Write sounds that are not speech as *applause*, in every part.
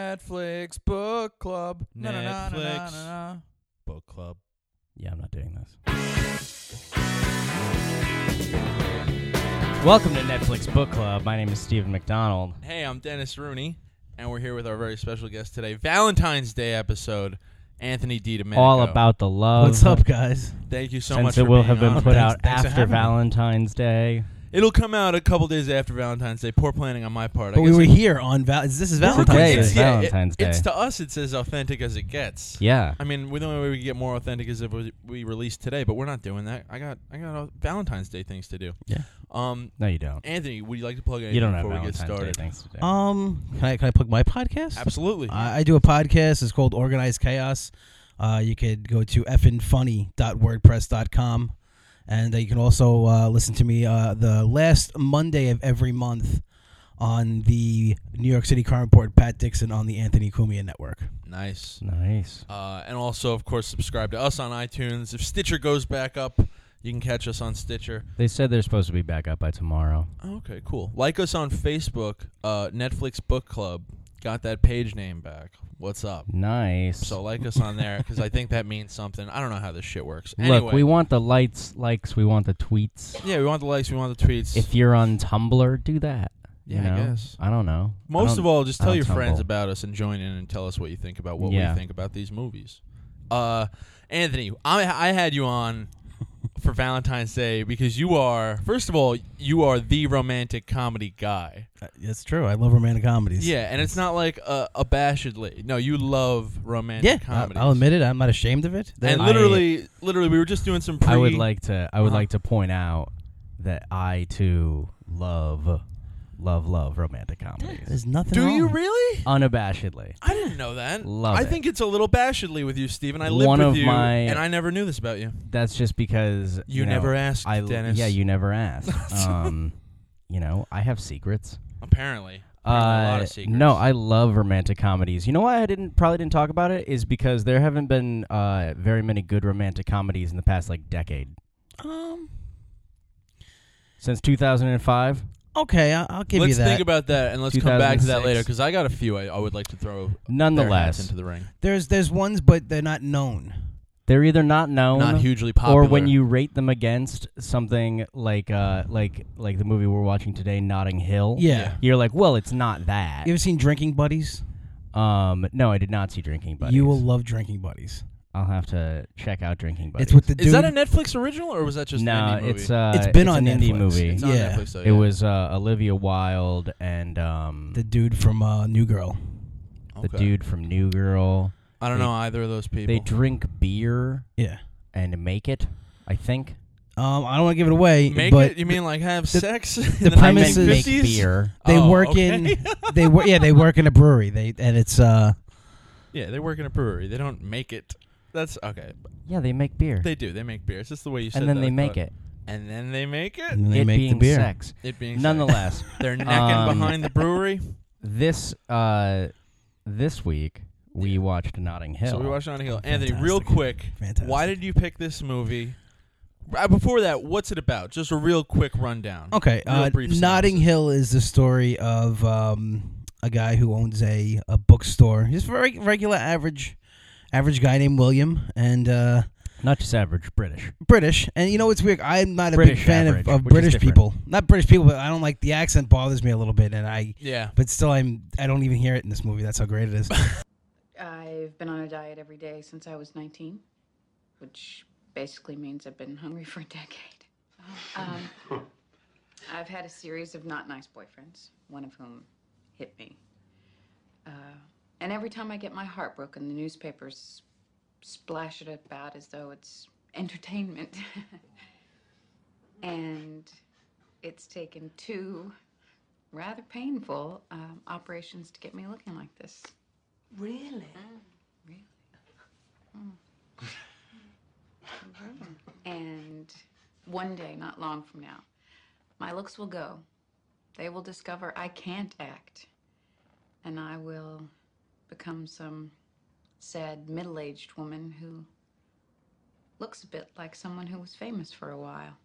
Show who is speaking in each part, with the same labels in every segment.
Speaker 1: Netflix book club. Na, na, na, na, na,
Speaker 2: Netflix.
Speaker 1: na, na.
Speaker 2: Book club.
Speaker 3: Yeah, I'm not doing this. Welcome to Netflix Book Club. My name is Stephen McDonald.
Speaker 2: Hey, I'm Dennis Rooney, and we're here with our very special guest today, Valentine's Day episode, Anthony D. Domenico.
Speaker 3: All about the love.
Speaker 4: What's up, guys?
Speaker 2: Thank you so
Speaker 3: since
Speaker 2: much.
Speaker 3: it
Speaker 2: for
Speaker 3: will
Speaker 2: being
Speaker 3: have been
Speaker 2: on.
Speaker 3: put
Speaker 2: Thanks-
Speaker 3: out
Speaker 2: thanks for
Speaker 3: after
Speaker 2: having me.
Speaker 3: Valentine's Day.
Speaker 2: *laughs* It'll come out a couple days after Valentine's Day. Poor planning on my part. I
Speaker 4: But we
Speaker 2: guess
Speaker 4: were
Speaker 2: it-
Speaker 4: here on Val. This is Valentine's
Speaker 3: Day.
Speaker 4: Day.
Speaker 2: It's, yeah, it-
Speaker 3: Valentine's Day.
Speaker 2: it's to us. It's as authentic as it gets.
Speaker 3: Yeah.
Speaker 2: I mean, we- the only way we could get more authentic is if we- we release today, but we're not doing that. I got I got uh, Valentine's Day things to do.
Speaker 3: Yeah.
Speaker 2: Um,
Speaker 3: No, you don't.
Speaker 2: Anthony, would you like to plug anything
Speaker 3: You don't have
Speaker 2: before we get
Speaker 3: Valentine's Day
Speaker 2: started?
Speaker 3: things Uh, to do.
Speaker 4: Um, can I can I plug my podcast?
Speaker 2: Absolutely.
Speaker 4: I, I do a podcast. It's called Organized Chaos. Uh, you could go to effinfunny.wordpress.com, and uh, you can also uh, listen to me uh, the last Monday of every month on the New York City Crime Report. Pat Dixon on the Anthony Cumia Network.
Speaker 2: nice.
Speaker 3: nice.
Speaker 2: Uh, and also, of course, subscribe to us on iTunes. If Stitcher goes back up, you can catch us on Stitcher.
Speaker 3: They said they're supposed to be back up by tomorrow.
Speaker 2: Oh, okay, cool. Like us on Facebook, uh, Netflix Book Club. Got that page name back. What's up?
Speaker 3: Nice.
Speaker 2: So like us on there because I think that means something. I don't know how this shit works.
Speaker 3: Look,
Speaker 2: anyway,
Speaker 3: we want the lights, likes, we want the tweets.
Speaker 2: yeah, we want the likes, we want the tweets.
Speaker 3: If you're on Tumblr, do that. you
Speaker 2: yeah, I
Speaker 3: know?
Speaker 2: guess.
Speaker 3: I don't know. I
Speaker 2: Most
Speaker 3: don't-
Speaker 2: of all, just
Speaker 3: I
Speaker 2: tell your
Speaker 3: don't
Speaker 2: friends
Speaker 3: tumble.
Speaker 2: about us and join in and tell us what you think about what
Speaker 3: Yeah.
Speaker 2: we think about these movies. Uh, Anthony, I, I had you
Speaker 3: *laughs*
Speaker 2: on for Valentine's Day because you are, first of all, you are the romantic comedy guy.
Speaker 4: Uh, That's true. I love romantic comedies.
Speaker 2: Yeah, and it's not like uh, abashedly. No, you love romantic
Speaker 4: yeah. I,
Speaker 2: comedies.
Speaker 4: I'll admit it. I'm not ashamed of it.
Speaker 2: And
Speaker 3: I-
Speaker 2: literally, literally, we were just doing some. Pre-
Speaker 3: I would like to. I would
Speaker 2: Uh-huh.
Speaker 3: like to point out that I too love, love, love romantic comedies
Speaker 4: There's nothing.
Speaker 2: Do
Speaker 4: wrong.
Speaker 2: you really?
Speaker 3: unabashedly.
Speaker 2: I didn't know that.
Speaker 3: Love
Speaker 2: I
Speaker 3: it.
Speaker 2: think it's a little bashedly with you, Steven. I lived
Speaker 3: One
Speaker 2: with
Speaker 3: of
Speaker 2: you,
Speaker 3: my-
Speaker 2: and I never knew this about you.
Speaker 3: That's just because
Speaker 2: You,
Speaker 3: know,
Speaker 2: never asked,
Speaker 3: I,
Speaker 2: Dennis.
Speaker 3: Yeah, you
Speaker 2: *laughs*
Speaker 3: never asked. um, you know, I have secrets.
Speaker 2: Apparently.
Speaker 3: Uh,
Speaker 2: Apparently a lot of secrets.
Speaker 3: No, I love romantic comedies. You know why I didn't probably didn't talk about it is because there haven't been uh, very many good romantic comedies in the past like decade
Speaker 4: Um.
Speaker 3: since 2005.
Speaker 4: Okay. I, I'll give
Speaker 2: let's
Speaker 4: you that.
Speaker 2: think about that and let's come back to that
Speaker 3: 2006.
Speaker 2: later because I got a few I, I would like to throw their hats
Speaker 3: Nonetheless,
Speaker 2: into the ring.
Speaker 4: There's there's ones, but they're not known.
Speaker 3: they're either not known
Speaker 2: Not hugely popular.
Speaker 3: or when you rate them against something like uh, like like the movie we're watching today, Notting
Speaker 2: Oh,
Speaker 3: Hill.
Speaker 4: Yeah.
Speaker 3: You're like, well, it's not that.
Speaker 4: You ever seen Drinking Buddies?
Speaker 3: Um, no, I did not see Drinking Buddies.
Speaker 4: You will love Drinking Buddies.
Speaker 3: I'll have to check out Drinking Buddies.
Speaker 4: It's with the dude.
Speaker 2: is that a Netflix original or was that just
Speaker 3: no,
Speaker 2: an indie movie?
Speaker 3: it's uh,
Speaker 4: It's been on
Speaker 3: an indie
Speaker 4: Netflix.
Speaker 3: movie.
Speaker 2: It's on
Speaker 4: yeah.
Speaker 2: Netflix though.
Speaker 3: It
Speaker 2: yeah.
Speaker 3: was uh, Olivia Wilde and um,
Speaker 4: the dude from uh, New Girl.
Speaker 3: the
Speaker 2: Okay.
Speaker 3: dude from New Girl.
Speaker 2: I don't
Speaker 3: they-
Speaker 2: know either of those people.
Speaker 3: They drink beer
Speaker 4: Yeah.
Speaker 3: and make it. I think
Speaker 4: Um, I don't want to give it away,
Speaker 2: Make
Speaker 4: but
Speaker 2: it. You mean like have
Speaker 4: the-
Speaker 2: sex?
Speaker 4: the
Speaker 2: in
Speaker 3: I meant
Speaker 4: premise
Speaker 2: 1950s?
Speaker 4: is-
Speaker 3: make beer.
Speaker 4: they
Speaker 2: Oh,
Speaker 4: work
Speaker 2: okay. *laughs*
Speaker 4: in they work yeah they work in a brewery they and it's uh
Speaker 2: yeah, they work in a brewery. They don't make it. That's okay.
Speaker 3: Yeah, they make beer,
Speaker 2: They do. They make beer. It's just the way you said
Speaker 3: and then
Speaker 2: that,
Speaker 3: they
Speaker 2: I
Speaker 3: make
Speaker 2: thought.
Speaker 3: it.
Speaker 2: And then they make it.
Speaker 4: and they
Speaker 3: it
Speaker 4: make
Speaker 3: being
Speaker 4: the beer.
Speaker 3: sex.
Speaker 2: It being said, *laughs*
Speaker 3: Nonetheless,
Speaker 2: they're necking
Speaker 3: Um,
Speaker 2: behind the brewery.
Speaker 3: this uh, this week we
Speaker 2: Yeah.
Speaker 3: watched Notting Hill.
Speaker 2: So we watched Notting Hill. Anthony,
Speaker 4: Fantastic.
Speaker 2: real quick,
Speaker 4: Fantastic.
Speaker 2: Why did you pick this movie? Uh, Before that, what's it about? Just a real quick rundown.
Speaker 4: Okay,
Speaker 2: Real
Speaker 4: uh,
Speaker 2: brief
Speaker 4: Notting
Speaker 2: synopsis.
Speaker 4: Hill is the story of um, a guy who owns a, a bookstore. He's a very regular average average guy named William and uh,
Speaker 3: Not just average British.
Speaker 4: British. And you know what's weird? I'm not a
Speaker 3: British
Speaker 4: big fan
Speaker 3: average,
Speaker 4: of, of
Speaker 3: which is
Speaker 4: British
Speaker 3: different.
Speaker 4: people. Not British people, but I don't like the accent bothers me a little bit, and I
Speaker 2: Yeah.
Speaker 4: but still I'm I don't even hear it in this movie. That's how great
Speaker 3: *laughs*
Speaker 4: it is.
Speaker 5: I've been on a diet every day since I was 19, which basically means I've been hungry for a decade. Um, I've had a series of not nice boyfriends, one of whom hit me. Uh, and every time I get my heart broken, the newspapers splash it about as though it's entertainment. *laughs* and it's taken two rather painful um, operations to get me looking like this.
Speaker 6: Really?
Speaker 5: And one day, not long from now, my looks will go. They will discover I can't act. And I will become some sad middle aged woman who looks a bit like someone who was famous for a while.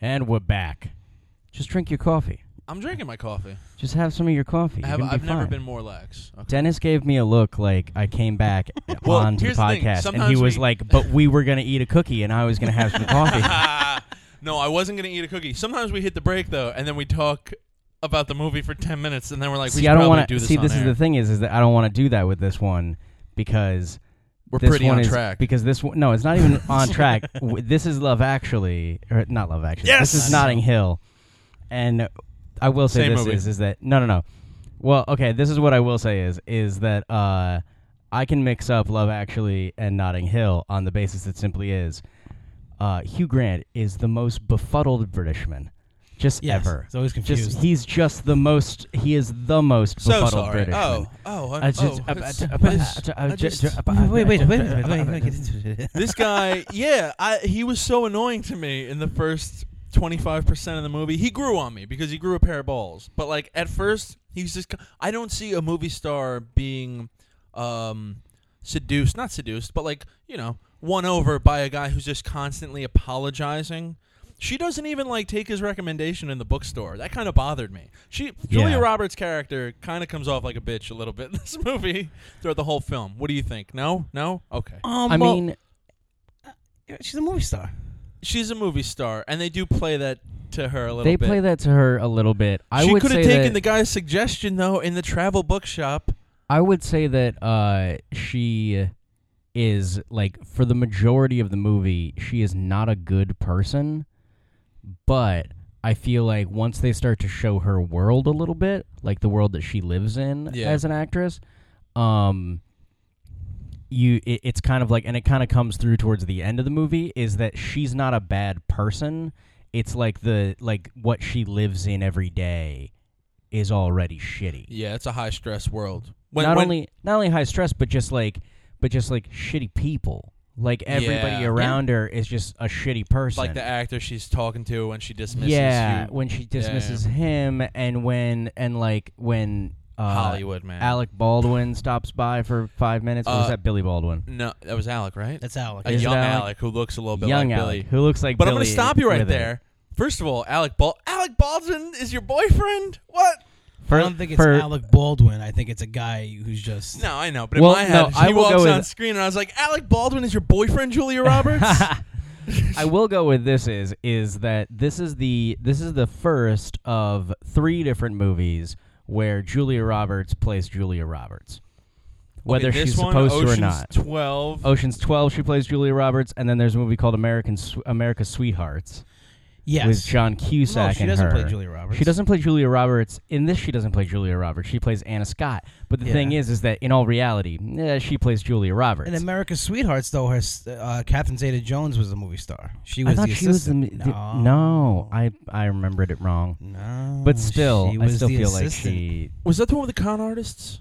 Speaker 3: And we're back. Just drink your coffee.
Speaker 2: I'm drinking my coffee.
Speaker 3: Just have some of your coffee.
Speaker 2: I
Speaker 3: You're
Speaker 2: have,
Speaker 3: gonna be
Speaker 2: I've never
Speaker 3: fine.
Speaker 2: been more lax. Okay.
Speaker 3: Dennis gave me a look like I came back
Speaker 2: *laughs* Well,
Speaker 3: on the
Speaker 2: here's the thing.
Speaker 3: podcast, and he
Speaker 2: Sometimes
Speaker 3: was
Speaker 2: we-
Speaker 3: like, "But we were gonna eat a cookie, and I was
Speaker 2: *laughs*
Speaker 3: gonna have some coffee."
Speaker 2: Ah, no, I wasn't gonna eat a cookie. Sometimes we hit the break though, and then we talk about the movie for ten minutes, and then we're like, we
Speaker 3: see,
Speaker 2: should
Speaker 3: I don't
Speaker 2: probably
Speaker 3: want
Speaker 2: do
Speaker 3: to
Speaker 2: this.
Speaker 3: see.
Speaker 2: on
Speaker 3: This is
Speaker 2: air.
Speaker 3: the thing is, is that I don't want to do that with this one because
Speaker 2: We're
Speaker 3: this
Speaker 2: pretty
Speaker 3: one
Speaker 2: on
Speaker 3: is,
Speaker 2: track.
Speaker 3: Because this one, no, it's not even
Speaker 2: *laughs*
Speaker 3: on track. W- This is Love Actually, or not Love Actually.
Speaker 2: Yes!
Speaker 3: This is Notting Hill, and I will say
Speaker 2: Same
Speaker 3: this
Speaker 2: movie.
Speaker 3: is is that no, no, no. Well, okay, this is what I will say is is that uh, I can mix up Love Actually and Notting Hill on the basis that simply is uh, Hugh Grant is the most befuddled Britishman. Just
Speaker 4: Yes,
Speaker 3: ever.
Speaker 4: he's always
Speaker 3: Just *laughs*
Speaker 4: confused.
Speaker 3: he's just the most. He is the most
Speaker 2: so
Speaker 3: befuddled
Speaker 2: sorry.
Speaker 3: Britishman.
Speaker 2: Oh, oh, I'm,
Speaker 3: I just-
Speaker 2: oh,
Speaker 3: I- I-
Speaker 2: it's-
Speaker 3: I-
Speaker 2: it's-
Speaker 3: I- I-
Speaker 2: I just-
Speaker 4: Wait, wait, wait, wait, wait, wait, wait.
Speaker 2: this guy, yeah, I, he was so annoying to me in the first 25% of the movie. He grew on me because he grew a pair of balls. But, like, at first, he's just. I don't see a movie star being um, seduced, not seduced, but, like, you know, won over by a guy who's just constantly apologizing. She doesn't even like take his recommendation in the bookstore. That kind of bothered me. She Julia
Speaker 3: Yeah.
Speaker 2: Roberts' character kind of comes off like a bitch a little bit in this *laughs* movie throughout the whole film. What do you think? No, no, okay.
Speaker 3: *laughs*
Speaker 4: Um,
Speaker 3: I
Speaker 4: well,
Speaker 3: mean,
Speaker 4: she's a movie star.
Speaker 2: she's a movie star, and they do play that to her a little
Speaker 3: they
Speaker 2: bit.
Speaker 3: play that to her a little bit. I
Speaker 2: she
Speaker 3: would
Speaker 2: could
Speaker 3: say
Speaker 2: have taken
Speaker 3: that,
Speaker 2: the guy's suggestion though in the travel bookshop.
Speaker 3: I would say that uh, she is like for the majority of the movie, she is not a good person. But I feel like once they start to show her world a little bit, like the world that she lives in
Speaker 2: Yeah.
Speaker 3: as an actress, um, you it, it's kind of like, and it kind of comes through towards the end of the movie is that she's not a bad person. It's like the like what she lives in every day is already shitty
Speaker 2: Yeah, it's a high stress world. When,
Speaker 3: not
Speaker 2: when-
Speaker 3: only not only high stress, but just like but just like shitty people. Like everybody
Speaker 2: Yeah.
Speaker 3: around her is just a shitty person.
Speaker 2: like the actor she's talking to when she dismisses
Speaker 3: yeah,
Speaker 2: you.
Speaker 3: when she dismisses him, and when and like when uh,
Speaker 2: Hollywood man.
Speaker 3: Alec Baldwin stops by for five minutes. Or was
Speaker 2: Uh,
Speaker 3: that Billy Baldwin?
Speaker 2: No, that was Alec, right?
Speaker 4: That's Alec.
Speaker 2: a
Speaker 3: Is it
Speaker 2: young Alec?
Speaker 3: Alec?
Speaker 2: who looks a little bit
Speaker 3: Young
Speaker 2: like
Speaker 3: Alec,
Speaker 2: Billy.
Speaker 3: who looks like.
Speaker 2: But I'm
Speaker 3: Billy
Speaker 2: gonna stop you right
Speaker 3: with it.
Speaker 2: there. First of all, Alec Bal- Alec Baldwin is your boyfriend? What?
Speaker 3: For,
Speaker 4: I don't think it's
Speaker 3: for-
Speaker 4: Alec Baldwin. I think it's a guy who's just.
Speaker 2: No, I know, but
Speaker 3: Well,
Speaker 2: in my
Speaker 3: no,
Speaker 2: head,
Speaker 3: I
Speaker 2: he
Speaker 3: will
Speaker 2: walks
Speaker 3: go with-
Speaker 2: on screen, and I was like, Alec Baldwin is your boyfriend,
Speaker 3: *laughs*
Speaker 2: Julia Roberts?
Speaker 3: I will go with this is is that this is the this is the first of three different movies where Julia Roberts plays Julia Roberts. Whether
Speaker 2: Okay, this
Speaker 3: she's
Speaker 2: one,
Speaker 3: supposed
Speaker 2: Ocean's
Speaker 3: to or not.
Speaker 2: Twelve.
Speaker 3: Ocean's 12 she plays Julia Roberts and then there's a movie called American Sw- America's Sweethearts
Speaker 4: Yes.
Speaker 3: with John Cusack
Speaker 4: no, she
Speaker 3: and
Speaker 4: doesn't
Speaker 3: her.
Speaker 4: play Julia Roberts.
Speaker 3: She doesn't play Julia Roberts in this. She doesn't play Julia Roberts. She plays Anna Scott. But the
Speaker 4: Yeah.
Speaker 3: thing is, is that in all reality, eh, she plays Julia Roberts.
Speaker 4: In America's Sweethearts, though, her s- uh, Catherine Zeta-Jones was a movie star. She was
Speaker 3: I thought
Speaker 4: the
Speaker 3: she was the,
Speaker 4: assistant.
Speaker 3: m- the- no. I I remembered it wrong.
Speaker 4: no.
Speaker 3: But still,
Speaker 4: she
Speaker 3: I
Speaker 4: was
Speaker 3: still
Speaker 4: the
Speaker 3: feel
Speaker 4: assistant.
Speaker 3: like she.
Speaker 2: Was that the one with the con artists?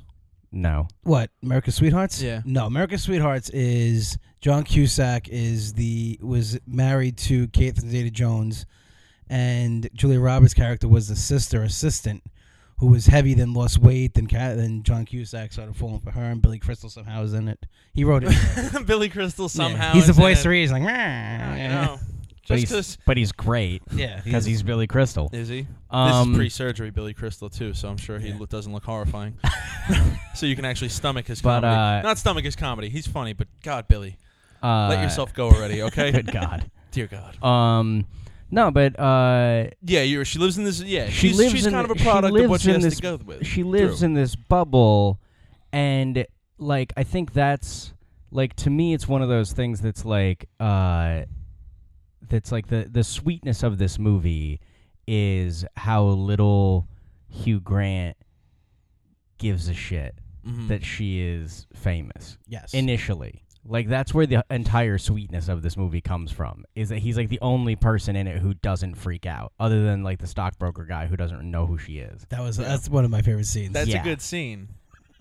Speaker 3: No.
Speaker 4: What America's Sweethearts?
Speaker 2: Yeah.
Speaker 4: No, America's Sweethearts is John Cusack is the was married to Catherine Zeta Jones, and Julia Roberts' character was the sister assistant who was heavy, then lost weight, then Cat, then John Cusack started falling for her, and Billy Crystal somehow is in it. He wrote it.
Speaker 2: *laughs* Billy Crystal somehow.
Speaker 4: he's the
Speaker 2: is in
Speaker 4: voice
Speaker 2: it.
Speaker 4: of reason. Like,
Speaker 2: I
Speaker 4: yeah,
Speaker 2: know.
Speaker 3: *laughs* But
Speaker 2: Just
Speaker 3: he's,
Speaker 2: 'cause-
Speaker 3: but he's great
Speaker 4: yeah,
Speaker 3: because he's Billy Crystal.
Speaker 2: Is he? this
Speaker 3: Um,
Speaker 2: is pre-surgery Billy Crystal too, so I'm sure he
Speaker 4: Yeah.
Speaker 2: lo- doesn't look
Speaker 3: *laughs*
Speaker 2: horrifying. so you can actually stomach his
Speaker 3: But,
Speaker 2: comedy.
Speaker 3: uh,
Speaker 2: Not stomach his comedy. He's funny, but God, Billy,
Speaker 3: uh,
Speaker 2: let yourself go
Speaker 3: *laughs*
Speaker 2: already, okay? *laughs*
Speaker 3: Good God.
Speaker 2: Dear God.
Speaker 3: Um, no, but uh,
Speaker 2: Yeah, you're, she lives in this. Yeah,
Speaker 3: she
Speaker 2: she's,
Speaker 3: lives
Speaker 2: she's
Speaker 3: in
Speaker 2: kind of a
Speaker 3: she
Speaker 2: product of what
Speaker 3: lives
Speaker 2: she
Speaker 3: in
Speaker 2: has
Speaker 3: this,
Speaker 2: to go with.
Speaker 3: She lives
Speaker 2: True.
Speaker 3: in this bubble, and like I think that's like to me, it's one of those things that's like uh, that's like the the sweetness of this movie is how little Hugh Grant gives a shit
Speaker 2: Mhm.
Speaker 3: that she is famous
Speaker 4: yes.
Speaker 3: initially. Like that's where the entire sweetness of this movie comes from. Is that he's like the only person in it who doesn't freak out, other than like the stockbroker guy who doesn't know who she is.
Speaker 4: that was that's one of my favorite scenes.
Speaker 2: That's
Speaker 3: yeah.
Speaker 2: a good scene.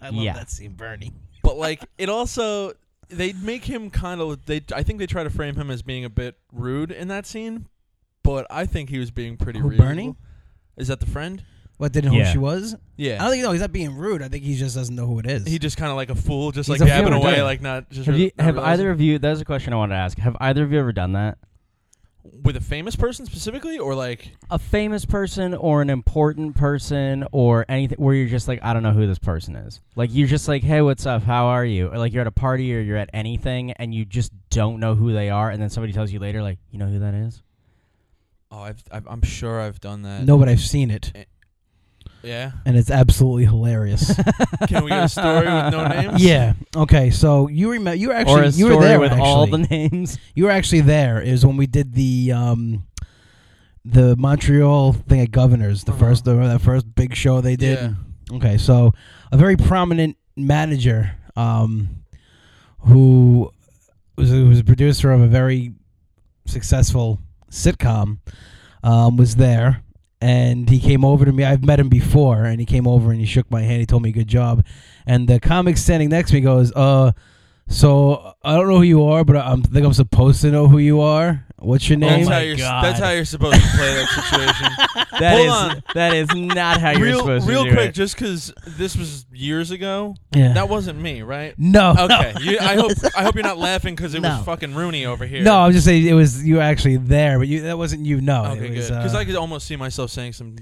Speaker 4: I love
Speaker 3: yeah.
Speaker 4: that scene, Bernie.
Speaker 2: but like it also they make him kind of they I think they try to frame him as being a bit rude in that scene, but I think he was being pretty
Speaker 4: Who,
Speaker 2: rude.
Speaker 4: Bernie?
Speaker 2: Is that the friend?
Speaker 4: What didn't know
Speaker 3: Yeah.
Speaker 4: who she was? I
Speaker 2: Yeah.
Speaker 4: don't think no. He's not being rude. I think he just doesn't know who it is.
Speaker 2: He just kind of like a fool, just
Speaker 3: He's
Speaker 2: like
Speaker 3: a
Speaker 2: gabbing
Speaker 3: fool,
Speaker 2: away,
Speaker 3: yeah.
Speaker 2: like not just.
Speaker 3: Have
Speaker 2: re-
Speaker 3: you?
Speaker 2: not
Speaker 3: Have
Speaker 2: realizing-
Speaker 3: either of you? That was a question I wanted to ask. Have either of you ever done that?
Speaker 2: with a famous person specifically, or like
Speaker 3: a famous person or an important person or anything where you're just like I don't know who this person is. Like you're just like, "Hey, what's up? How are you?" Or like you're at a party or you're at anything and you just don't know who they are and then somebody tells you later like, "You know who that is?"
Speaker 2: oh, I've, I've I'm sure I've done that.
Speaker 4: No, but I've seen it,
Speaker 2: Yeah.
Speaker 4: and it's
Speaker 3: *laughs*
Speaker 4: absolutely hilarious.
Speaker 2: Can we get a story with no names?
Speaker 4: yeah. Okay. So you remember? You were actually
Speaker 3: or a
Speaker 4: you
Speaker 3: story
Speaker 4: were there
Speaker 3: with
Speaker 4: actually.
Speaker 3: all the *laughs* names.
Speaker 4: you were actually there. It was when we did the um, the Montreal thing at Governors, the
Speaker 2: Uh-huh.
Speaker 4: first the, that first big show they did.
Speaker 2: Yeah.
Speaker 4: Okay, so a very prominent manager um, who was who was a producer of a very successful sitcom um, was there, and he came over to me. I've met him before, and he came over and he shook my hand. He told me good job, and the comic standing next to me goes, "Uh, so I don't know who you are, but I I'm- think I'm supposed to know who you are. What's your
Speaker 2: That's
Speaker 4: name?"
Speaker 2: how
Speaker 3: Oh my
Speaker 2: you're.
Speaker 3: God.
Speaker 2: That's how you're supposed to play that situation.
Speaker 3: That
Speaker 2: Hold
Speaker 3: is
Speaker 2: on.
Speaker 3: that is not how *laughs* you're
Speaker 2: real,
Speaker 3: supposed
Speaker 2: real
Speaker 3: to do
Speaker 2: quick,
Speaker 3: it.
Speaker 2: just because this was years ago,
Speaker 4: Yeah.
Speaker 2: that wasn't me, right?
Speaker 4: *laughs* no.
Speaker 2: Okay, you, I hope I hope
Speaker 4: *laughs*
Speaker 2: you're not laughing because it
Speaker 4: No.
Speaker 2: was fucking Rooney over here.
Speaker 4: No, I'm just saying it was you were actually there, but you that wasn't you. No,
Speaker 2: okay,
Speaker 4: it
Speaker 2: good.
Speaker 4: was,
Speaker 2: Because
Speaker 4: uh,
Speaker 2: I could almost see myself saying some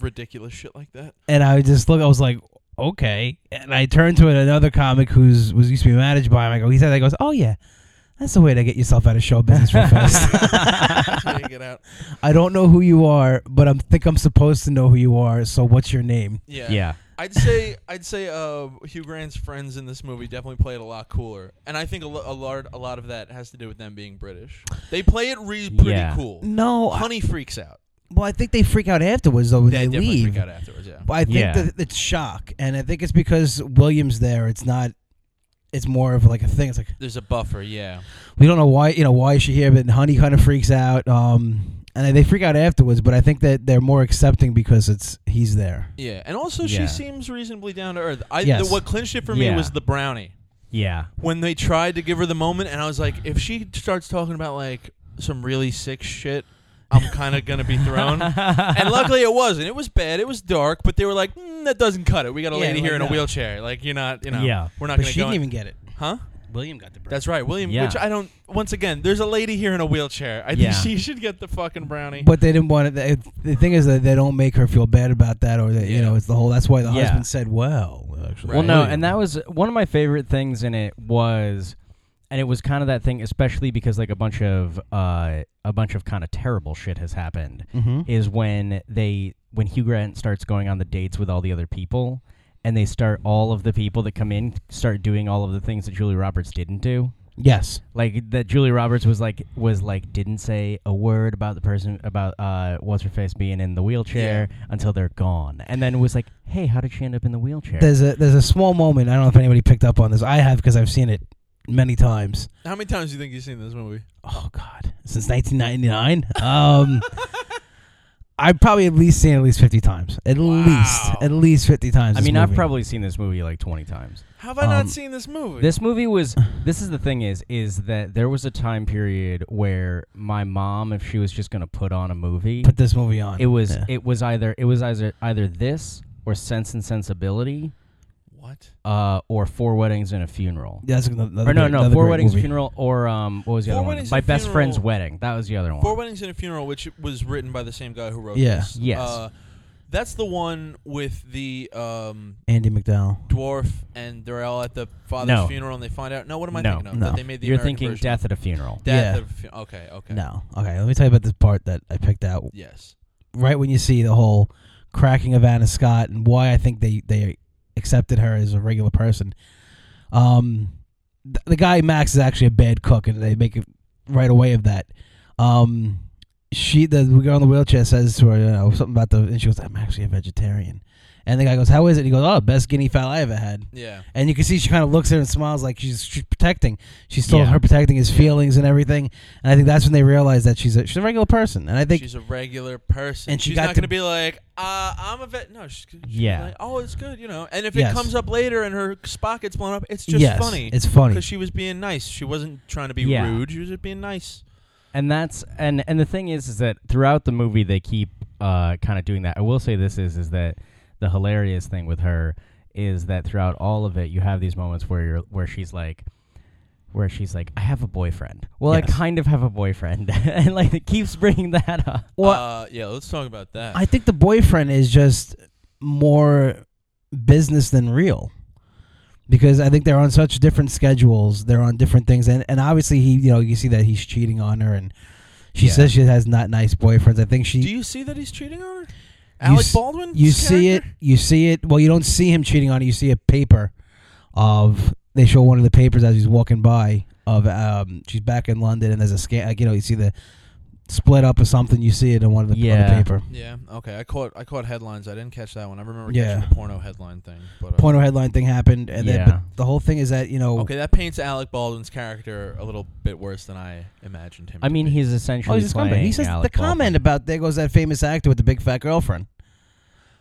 Speaker 2: ridiculous shit like
Speaker 4: *laughs*
Speaker 2: that.
Speaker 4: and I just look. I was like, okay. And I turned to another comic who's was used to be managed by him. I go, he said, I goes, oh yeah, that's the way to get yourself out of show business real fast. *laughs*
Speaker 2: That's how you get out.
Speaker 4: I don't know who you are, but I think I'm supposed to know who you are. So what's your name?
Speaker 2: Yeah.
Speaker 3: Yeah.
Speaker 2: I'd say I'd say uh, Hugh Grant's friends in this movie definitely play it a lot cooler, and I think a, lo- a lot a lot of that has to do with them being British. They play it re- pretty
Speaker 3: Yeah.
Speaker 2: cool.
Speaker 4: No, I,
Speaker 2: Honey freaks out.
Speaker 4: well I think they freak out afterwards though when they,
Speaker 2: definitely
Speaker 4: leave.
Speaker 2: freak out afterwards. Yeah.
Speaker 4: But I think
Speaker 3: Yeah.
Speaker 4: that it's shock, and I think it's because Williams there. It's not. It's more of like a thing. It's like
Speaker 2: There's a buffer. Yeah.
Speaker 4: we don't know why you know why is she here, but Honey kind of freaks out, um, and they freak out afterwards. But I think that they're more accepting because it's he's there.
Speaker 2: Yeah, and also
Speaker 3: Yeah.
Speaker 2: she seems reasonably down to earth. I
Speaker 4: Yes.
Speaker 2: the, what clinched it for
Speaker 3: Yeah.
Speaker 2: me was the brownie
Speaker 3: Yeah.
Speaker 2: when they tried to give her the moment, and I was like, if she starts talking about like some really sick shit, I'm kind of gonna be
Speaker 4: *laughs*
Speaker 2: thrown.
Speaker 3: *laughs*
Speaker 2: and luckily, it wasn't. It was bad. It was dark, but they were like, mm, that doesn't cut it. We got a
Speaker 4: Yeah,
Speaker 2: lady here
Speaker 4: like,
Speaker 2: in a
Speaker 4: no.
Speaker 2: wheelchair. Like you're not, you know,
Speaker 3: Yeah.
Speaker 2: we're not
Speaker 4: But
Speaker 2: gonna
Speaker 4: she
Speaker 2: go.
Speaker 4: didn't
Speaker 2: in-
Speaker 4: even get it.
Speaker 2: huh?
Speaker 4: William got the brownie.
Speaker 2: That's right, William.
Speaker 3: Yeah.
Speaker 2: Which I don't. Once again, there's a lady here in a wheelchair. I
Speaker 3: Yeah.
Speaker 2: think she should get the fucking brownie.
Speaker 4: But they didn't want it. they- The thing is that they don't make her feel bad about that, or that you
Speaker 2: Yeah.
Speaker 4: know it's the whole. That's why the
Speaker 3: Yeah.
Speaker 4: husband said, "Well, actually,
Speaker 3: Well,
Speaker 2: Right.
Speaker 3: no,
Speaker 4: William."
Speaker 3: and that was one of my favorite things in it was, and it was kind of that thing, especially because like a bunch of uh, a bunch of kind of terrible shit has happened.
Speaker 4: Mhm.
Speaker 3: Is when they when Hugh Grant starts going on the dates with all the other people, and they start all of the people that come in start doing all of the things that Julie Roberts didn't do.
Speaker 4: yes,
Speaker 3: Like that, Julie Roberts was like was like didn't say a word about the person about uh what's her face being in the wheelchair until they're gone, and then was like, hey, how did she end up in the wheelchair?
Speaker 4: there's a there's a small moment. I don't know if anybody picked up on this. I have because I've seen it many times.
Speaker 2: How many times do you think you've seen this movie?
Speaker 4: oh god since 1999 um *laughs* i've probably at least seen it at least 50 times at least at least 50 times
Speaker 3: I
Speaker 4: this
Speaker 3: mean, I've
Speaker 4: movie.
Speaker 3: probably seen this movie like 20 times.
Speaker 2: How have I not
Speaker 4: Um,
Speaker 2: seen this movie?
Speaker 3: This movie
Speaker 4: *sighs*
Speaker 3: was this is the thing is is that there was a time period where my mom if she was just going to put on a movie,
Speaker 4: put this movie on
Speaker 3: it was
Speaker 4: Yeah.
Speaker 3: it was either it was either either this or Sense and Sensibility
Speaker 2: what?
Speaker 3: uh, or Four Weddings and a Funeral.
Speaker 4: that's another,
Speaker 3: Or no, no,
Speaker 4: another
Speaker 3: Four
Speaker 4: great
Speaker 3: Weddings
Speaker 4: movie.
Speaker 3: Funeral or um what was the
Speaker 2: Four
Speaker 3: other one?
Speaker 2: Weddings
Speaker 3: My
Speaker 2: and
Speaker 3: Best Friend's
Speaker 2: Funeral-
Speaker 3: Wedding. That was the other one.
Speaker 2: Four Weddings and a Funeral, which was written by the same guy who wrote
Speaker 4: Yeah.
Speaker 2: this.
Speaker 3: Yes.
Speaker 2: Uh, that's the one with the um,
Speaker 4: andy mcdowell
Speaker 2: dwarf and they're all at the father's
Speaker 3: No.
Speaker 2: funeral and they find out. No, what am I
Speaker 3: No.
Speaker 2: thinking of?
Speaker 4: No.
Speaker 2: That they made the
Speaker 3: You're
Speaker 2: American
Speaker 3: thinking
Speaker 2: version.
Speaker 3: Death at a Funeral.
Speaker 2: Death
Speaker 4: Yeah.
Speaker 2: of fu- okay, okay.
Speaker 4: no okay let me tell you about this part that i picked out
Speaker 2: Yes.
Speaker 4: right when you see the whole cracking of Anna Scott and why I think they they accepted her as a regular person. Um, th- the guy Max is actually a bad cook, and they make it right away of that. Um, she the girl in the wheelchair says to her, you know, something about the, and she goes, "I'm actually a vegetarian." And the guy goes, "How is it?" And he goes, "Oh, best guinea fowl I ever had."
Speaker 2: Yeah.
Speaker 4: And you can see she kind of looks at him and smiles like she's, she's protecting. She's still
Speaker 3: Yeah.
Speaker 4: her protecting his feelings and everything. And I think that's when they realize that she's a she's a regular person. And I think
Speaker 2: she's a regular person.
Speaker 4: And she
Speaker 2: she's
Speaker 4: got
Speaker 2: not
Speaker 4: to-
Speaker 2: going to be like, uh, I'm a vet. No, she's, she's
Speaker 3: Yeah.
Speaker 2: like, oh, it's good, you know. And if
Speaker 4: Yes.
Speaker 2: it comes up later and her spot gets blown up, it's just
Speaker 4: yes,
Speaker 2: funny.
Speaker 4: It's funny.
Speaker 2: Because she was being nice. She wasn't trying to be
Speaker 3: Yeah.
Speaker 2: rude. She was just being nice.
Speaker 3: and that's and and the thing is is that throughout the movie they keep uh kind of doing that i will say this is is that the hilarious thing with her is that throughout all of it you have these moments where you're where she's like where she's like, "I have a boyfriend." Well, I
Speaker 4: Yes.
Speaker 3: kind of have a boyfriend, *laughs* and like it keeps bringing *laughs* that up.
Speaker 4: Well,
Speaker 2: uh, yeah, let's talk about that.
Speaker 4: I think the boyfriend is just more business than real. Because I think they're on such different schedules, they're on different things, and, and obviously he, you know, you see that he's cheating on her, and she
Speaker 3: Yeah.
Speaker 4: says she has not nice boyfriends. I think she,
Speaker 2: Do
Speaker 4: you,
Speaker 2: you see that he's cheating on her? Alec
Speaker 4: s-
Speaker 2: Baldwin?
Speaker 4: see it, you see it. Well, you don't see him cheating on her. You see a paper of they show one of the papers as he's walking by of um, she's back in London, and there's a scan. Like, you know, you see the split up or something. You see it in one of the, on the
Speaker 3: Yeah.
Speaker 4: paper.
Speaker 2: Yeah. Okay. I caught I caught headlines. I didn't catch that one. I remember
Speaker 4: Yeah.
Speaker 2: catching the porno headline thing. But uh,
Speaker 4: Porno headline thing happened, and then
Speaker 3: Yeah.
Speaker 4: but the whole thing is that you know.
Speaker 2: Okay, that paints Alec Baldwin's character a little bit worse than I imagined him.
Speaker 3: I
Speaker 2: to
Speaker 3: mean,
Speaker 2: be.
Speaker 3: he's
Speaker 4: Oh,
Speaker 3: essentially
Speaker 4: he's just
Speaker 3: playing.
Speaker 4: coming. He says
Speaker 3: Alec
Speaker 4: the comment
Speaker 3: Baldwin.
Speaker 4: about there goes that famous actor with the big fat girlfriend.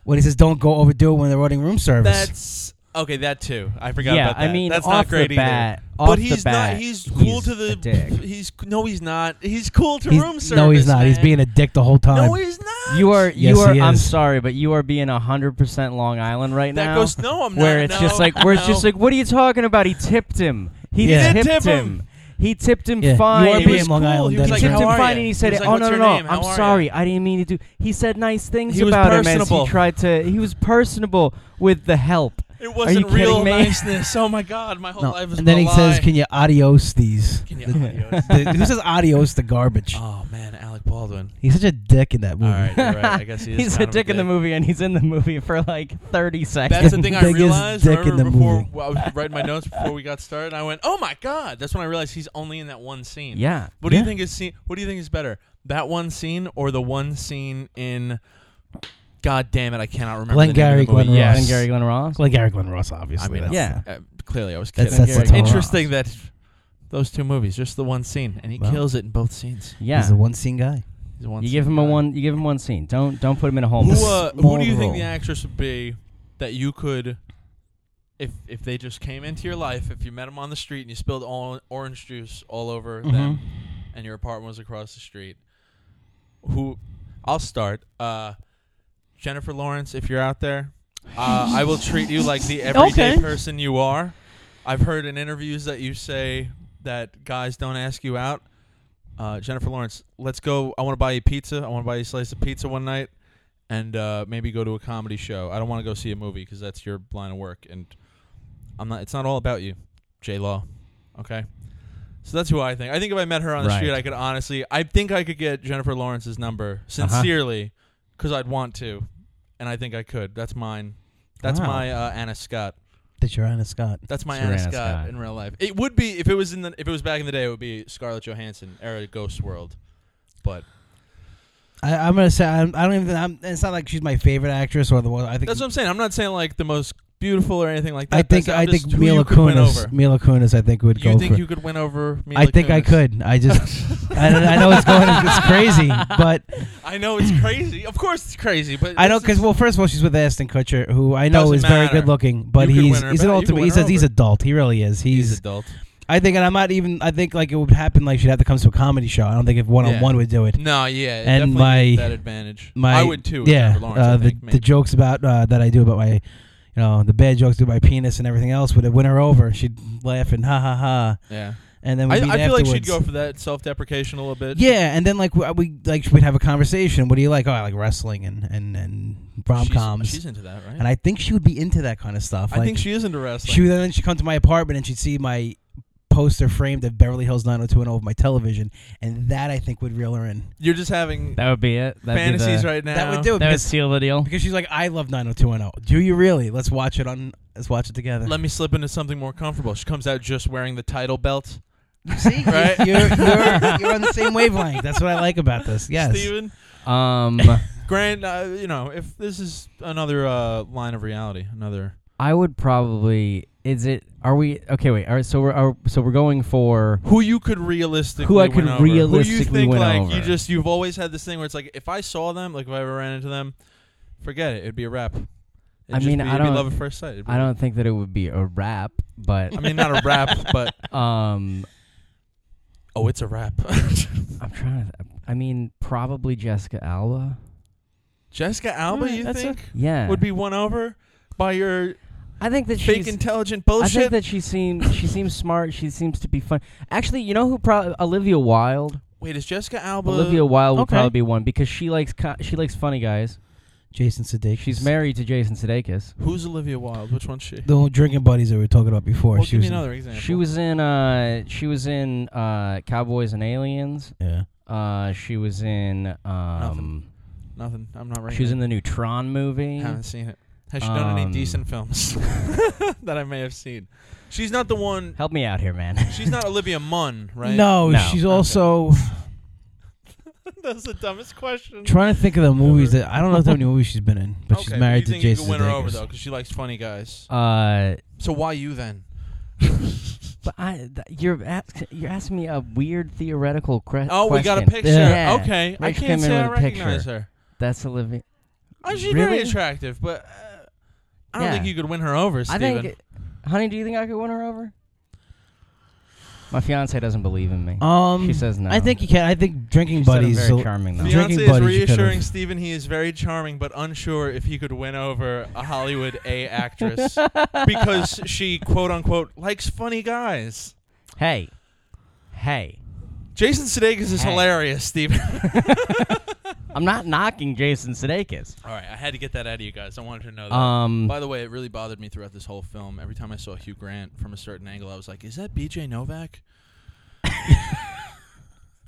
Speaker 4: When he says, "Don't go overdo it when they're running room service."
Speaker 2: That's okay. That too. I forgot
Speaker 3: yeah,
Speaker 2: about that.
Speaker 3: I mean,
Speaker 2: that's
Speaker 3: off
Speaker 2: not great
Speaker 3: the
Speaker 2: either.
Speaker 3: bat, off
Speaker 2: but
Speaker 3: the
Speaker 2: he's
Speaker 3: bat,
Speaker 2: not. He's cool
Speaker 3: he's
Speaker 2: to
Speaker 3: a
Speaker 2: the. *laughs*
Speaker 3: dick.
Speaker 2: He's no, he's not. He's cool to
Speaker 4: He's-
Speaker 2: room service.
Speaker 4: no, he's not. He's
Speaker 2: man.
Speaker 4: being a dick the whole time.
Speaker 2: No, he's not.
Speaker 3: You are, you
Speaker 4: Yes,
Speaker 3: are.
Speaker 4: he
Speaker 3: I'm
Speaker 4: is.
Speaker 3: sorry, but you are being hundred percent Long Island right
Speaker 2: That
Speaker 3: now.
Speaker 2: goes. No, I'm not.
Speaker 3: where it's just
Speaker 2: no, *laughs*
Speaker 3: like, where it's
Speaker 2: no.
Speaker 3: just like, what are you talking about? He tipped him. He
Speaker 4: Yeah. He
Speaker 2: did
Speaker 3: tipped
Speaker 2: tip
Speaker 3: him.
Speaker 2: him.
Speaker 3: He tipped him
Speaker 4: Yeah, you
Speaker 3: fine.
Speaker 4: are
Speaker 3: He
Speaker 4: being
Speaker 3: was-
Speaker 4: Long Island,
Speaker 2: He was like,
Speaker 4: that's
Speaker 3: he tipped
Speaker 2: "How
Speaker 3: him
Speaker 2: are
Speaker 3: fine,
Speaker 2: ya?"
Speaker 3: and he said,
Speaker 2: was like,
Speaker 3: "Oh
Speaker 2: "What's
Speaker 3: no, no,
Speaker 2: your
Speaker 3: no!
Speaker 2: name?
Speaker 3: I'm
Speaker 2: How are ya?"
Speaker 3: sorry, I didn't mean to do." He said nice things
Speaker 2: He was
Speaker 3: about him
Speaker 2: personable.
Speaker 3: as he tried to. He was personable with the help.
Speaker 2: It wasn't
Speaker 3: kidding
Speaker 2: real
Speaker 3: me?
Speaker 2: niceness. Oh my god, my whole
Speaker 4: No.
Speaker 2: life is
Speaker 4: and then
Speaker 2: a
Speaker 4: he
Speaker 2: lie.
Speaker 4: says, "Can you adios these?"
Speaker 2: Can you *laughs*
Speaker 4: The- Who says adios to garbage? *laughs*
Speaker 2: Oh man, Alec Baldwin.
Speaker 4: He's such a dick in that
Speaker 2: All
Speaker 4: movie.
Speaker 2: right,
Speaker 4: *laughs*
Speaker 2: you're right. I
Speaker 3: *laughs*
Speaker 2: guess he is
Speaker 3: he's a
Speaker 2: kind of
Speaker 3: dick in the movie, and he's in the movie for like 30 seconds.
Speaker 2: That's the thing I
Speaker 4: Biggest
Speaker 2: realized.
Speaker 4: dick in
Speaker 2: remember
Speaker 4: the
Speaker 2: before
Speaker 4: movie.
Speaker 2: well, I was writing my notes before we got started, and I went, "Oh my god!" That's when I realized he's only in that one scene.
Speaker 3: *laughs* yeah.
Speaker 2: What do
Speaker 4: Yeah.
Speaker 2: you think is scene? What do you think is better, that one scene or the one scene in? God damn it! I cannot remember. the name
Speaker 4: Glengarry
Speaker 2: of the movie.
Speaker 4: Glen
Speaker 3: Yeah,
Speaker 2: yes.
Speaker 3: and Gary Glenn Ross.
Speaker 4: Glenn Gary Glenn Ross, obviously.
Speaker 2: I mean,
Speaker 4: that's-
Speaker 3: Yeah.
Speaker 2: uh, clearly, I was kidding.
Speaker 4: That's, that's
Speaker 3: Glengarry
Speaker 4: the
Speaker 3: Glenn
Speaker 4: Tom
Speaker 2: Interesting
Speaker 4: Ross.
Speaker 2: that those two movies, just the one scene, and he
Speaker 4: Well.
Speaker 2: kills it in both scenes.
Speaker 3: yeah.
Speaker 4: He's a one scene guy.
Speaker 2: He's a one
Speaker 3: you give him a
Speaker 2: guy.
Speaker 3: one. You give him one scene. Don't don't put him in a whole
Speaker 2: Who,
Speaker 3: movie.
Speaker 2: uh, who
Speaker 4: small
Speaker 2: do you think
Speaker 4: role.
Speaker 2: the actress would be that you could, if if they just came into your life, if you met them on the street and you spilled all orange juice all over them, and your apartment was across the street? Who? I'll start. Uh, Jennifer Lawrence, if you're out there, uh, I will treat you like the everyday
Speaker 4: Okay.
Speaker 2: person you are. I've heard in interviews that you say that guys don't ask you out. Uh, Jennifer Lawrence, let's go. I want to buy you pizza. I want to buy you a slice of pizza one night, and uh, maybe go to a comedy show. I don't want to go see a movie because that's your line of work, and I'm not. It's not all about you, J Law. Okay, so that's who I think. I think if I met her on the
Speaker 3: Right.
Speaker 2: street, I could honestly. I think I could get Jennifer Lawrence's number sincerely, because I'd want to, and I think I could. That's mine. That's
Speaker 4: Wow.
Speaker 2: my uh, Anna Scott.
Speaker 4: That you're Anna Scott.
Speaker 2: That's my
Speaker 3: It's your
Speaker 2: Anna
Speaker 3: Anna
Speaker 2: Scott,
Speaker 3: Scott.
Speaker 2: in real life. It would be if it was in the if it was back in the day. It would be Scarlett Johansson era Ghost World. But
Speaker 4: I, I'm gonna say I'm, I don't even. I'm, it's not like she's my favorite actress or the one. I think
Speaker 2: that's what I'm saying. I'm not saying like the most beautiful or anything like that.
Speaker 4: I think
Speaker 2: That's- I'm
Speaker 4: I think
Speaker 2: just who
Speaker 4: Mila
Speaker 2: you could win over.
Speaker 4: Kunis. Mila Kunis, I think would
Speaker 2: You
Speaker 4: go
Speaker 2: think
Speaker 4: for.
Speaker 2: you could win over Mila
Speaker 4: I think I
Speaker 2: Kunis?
Speaker 4: could. I
Speaker 2: *laughs*
Speaker 4: just I, don't- I know it's going it's crazy, but
Speaker 2: I know it's crazy. Of course it's crazy, but
Speaker 4: I know
Speaker 2: this is-
Speaker 4: because well, first of all, she's with Ashton Kutcher, who I know
Speaker 2: Doesn't
Speaker 4: is very
Speaker 2: matter.
Speaker 4: good looking, but
Speaker 2: You could
Speaker 4: he's
Speaker 2: win her
Speaker 4: he's
Speaker 2: back. You
Speaker 4: an
Speaker 2: could
Speaker 4: ultimate.
Speaker 2: win
Speaker 4: He
Speaker 2: her
Speaker 4: says he's
Speaker 2: over.
Speaker 4: adult. He really is. He's.
Speaker 2: he's adult.
Speaker 4: I think, and I'm not even. I think like it would happen like she'd have to come to a comedy show. I don't think if one on one would do it.
Speaker 2: No, yeah, it
Speaker 4: And
Speaker 2: definitely
Speaker 4: my-
Speaker 2: gives that advantage.
Speaker 4: my-
Speaker 2: I would too. with
Speaker 4: yeah,
Speaker 2: Jennifer Lawrence,
Speaker 4: uh,
Speaker 2: I
Speaker 4: the
Speaker 2: think,
Speaker 4: the
Speaker 2: maybe.
Speaker 4: jokes about uh, that I do about my, you know, the bad jokes about my penis and everything else would have win her over. She'd laugh and ha ha ha,
Speaker 2: yeah.
Speaker 4: and then
Speaker 2: I,
Speaker 4: we'd meet
Speaker 2: I feel like she'd
Speaker 4: afterwards.
Speaker 2: go for that self-deprecation a little bit.
Speaker 4: Yeah, and then like we, we like we'd have a conversation. What do you like? Oh, I like wrestling and and and rom
Speaker 2: She's-
Speaker 4: coms.
Speaker 2: She's, into that, right?
Speaker 4: and I think she would be into that kind of stuff.
Speaker 2: I
Speaker 4: like,
Speaker 2: think she is into wrestling.
Speaker 4: she would then she'd come to my apartment and she'd see my poster framed of Beverly Hills 90210 over my television, and that I think would reel her in.
Speaker 2: You're just having
Speaker 3: that would be it. That'd
Speaker 2: fantasies
Speaker 3: be the,
Speaker 2: right now.
Speaker 4: That would do it
Speaker 3: That would
Speaker 4: because,
Speaker 3: seal the deal.
Speaker 4: because she's like, I love 90210. Do you really? Let's watch it on. Let's watch it together.
Speaker 2: *laughs* Let me slip into something more comfortable. She comes out just wearing the title belt.
Speaker 4: see,
Speaker 2: *laughs* Right?
Speaker 4: you're, you're,
Speaker 2: *laughs*
Speaker 4: you're on the same wavelength. That's what I like about this. Yes.
Speaker 2: Steven.
Speaker 3: Um,
Speaker 2: *laughs* Grant, uh, you know, if this is another uh, line of reality, another.
Speaker 3: I would probably. Is it? Are we okay? Wait. All right. So we're are, so we're going for.
Speaker 2: Who you could realistically
Speaker 3: Who I
Speaker 2: win
Speaker 3: could
Speaker 2: over. who you
Speaker 3: realistically
Speaker 2: think
Speaker 3: win
Speaker 2: like
Speaker 3: over.
Speaker 2: you just you've always had this thing where it's like if I saw them like if I ever ran into them, forget it it'd be a wrap. It'd
Speaker 3: I
Speaker 2: just
Speaker 3: mean,
Speaker 2: be,
Speaker 3: I
Speaker 2: it'd be
Speaker 3: don't-
Speaker 2: love at first sight. It'd be-
Speaker 3: I don't think that it would be a rap,
Speaker 2: *laughs*
Speaker 3: but
Speaker 2: I mean, not a wrap, but
Speaker 3: um,
Speaker 2: oh, it's a wrap.
Speaker 3: I'm trying to. Th- I mean, probably Jessica Alba.
Speaker 2: *laughs* Jessica Alba,
Speaker 3: Alright,
Speaker 2: you
Speaker 3: that's a-
Speaker 2: think
Speaker 3: Yeah.
Speaker 2: would be won over by your
Speaker 3: I think that
Speaker 2: fake
Speaker 3: she's.
Speaker 2: intelligent
Speaker 3: I
Speaker 2: bullshit.
Speaker 3: think that she seems she seems smart. She seems to be fun. Actually, you know who? Probably Olivia Wilde.
Speaker 2: Wait, is Jessica Alba?
Speaker 3: Olivia Wilde would
Speaker 2: okay.
Speaker 3: probably be one because she likes co- she likes funny guys.
Speaker 4: Jason Sudeikis.
Speaker 3: She's married to Jason Sudeikis.
Speaker 2: Who's Olivia Wilde? Which one's she?
Speaker 4: The whole drinking buddies that we were talking about before.
Speaker 2: Well,
Speaker 4: she
Speaker 2: give me
Speaker 4: was in-
Speaker 2: another example.
Speaker 3: She was in uh she was in uh Cowboys and Aliens.
Speaker 4: Yeah.
Speaker 3: Uh she was in um
Speaker 2: nothing. I'm not right.
Speaker 3: she was in the new Tron movie.
Speaker 2: Haven't seen it. Has she done
Speaker 3: Um,
Speaker 2: any decent films *laughs* that I may have seen? She's not the one.
Speaker 3: Help me out here, man. *laughs*
Speaker 2: She's not Olivia Munn, right?
Speaker 4: No,
Speaker 3: No.
Speaker 4: she's also
Speaker 2: that's the dumbest question.
Speaker 4: trying to think of the movies that I don't know if there are any movies she's been in, but she's
Speaker 2: Okay,
Speaker 4: married
Speaker 2: you
Speaker 4: to
Speaker 2: think
Speaker 4: Jason
Speaker 2: You can win her over
Speaker 4: Sudeikis.
Speaker 2: though, because she likes funny guys.
Speaker 3: Uh
Speaker 2: So why you
Speaker 3: *laughs*
Speaker 2: then?
Speaker 3: but I th- you're ask, you're asking me a weird theoretical cre- question.
Speaker 2: Oh, we got a picture.
Speaker 3: Yeah.
Speaker 2: Okay, I
Speaker 3: Rachel
Speaker 2: can't
Speaker 3: came in
Speaker 2: say I
Speaker 3: with a
Speaker 2: recognize
Speaker 3: picture.
Speaker 2: her.
Speaker 3: That's Olivia.
Speaker 2: Oh, she's
Speaker 3: Really?
Speaker 2: very attractive, but uh, I don't
Speaker 3: Yeah.
Speaker 2: think you could win her over, Steven.
Speaker 3: I think Honey, do you think I could win her over? My fiance doesn't believe in me.
Speaker 4: Um,
Speaker 3: she says no.
Speaker 4: I think you can. I think drinking
Speaker 3: She said I'm
Speaker 4: buddies.
Speaker 3: very
Speaker 4: so-
Speaker 3: charming though.
Speaker 4: Fian-
Speaker 2: Fiance
Speaker 4: Drinking
Speaker 2: is
Speaker 4: buddies, you could've-
Speaker 2: reassuring Steven he is very charming, but unsure if he could win over a Hollywood A *laughs* actress because she, quote unquote, likes funny guys.
Speaker 3: hey. Hey.
Speaker 2: Jason Sudeikis is
Speaker 3: Hey.
Speaker 2: hilarious, Steven.
Speaker 3: I'm not knocking Jason Sudeikis.
Speaker 2: *laughs* All right, I had to get that out of you guys. I wanted to know that.
Speaker 3: Um,
Speaker 2: By the way, it really bothered me throughout this whole film. Every time I saw Hugh Grant from a certain angle, I was like, "Is that B.J. Novak?" *laughs*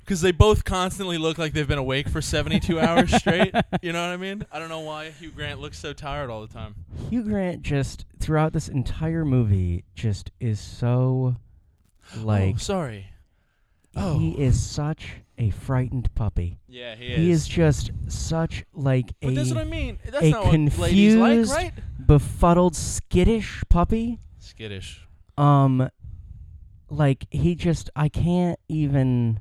Speaker 2: Because they both constantly look like they've been awake for seventy-two hours straight. You know what I mean? I don't know why Hugh Grant looks so tired all the time.
Speaker 3: Hugh Grant just throughout this entire movie just is so like
Speaker 2: oh, sorry.
Speaker 3: he is such a frightened puppy.
Speaker 2: Yeah, Oh. he
Speaker 3: He is just such like
Speaker 2: But that's what I
Speaker 3: a
Speaker 2: mean. That's
Speaker 3: a
Speaker 2: not what ladies like,
Speaker 3: confused-
Speaker 2: right?
Speaker 3: befuddled skittish puppy.
Speaker 2: Skittish.
Speaker 3: Um like he just I can't even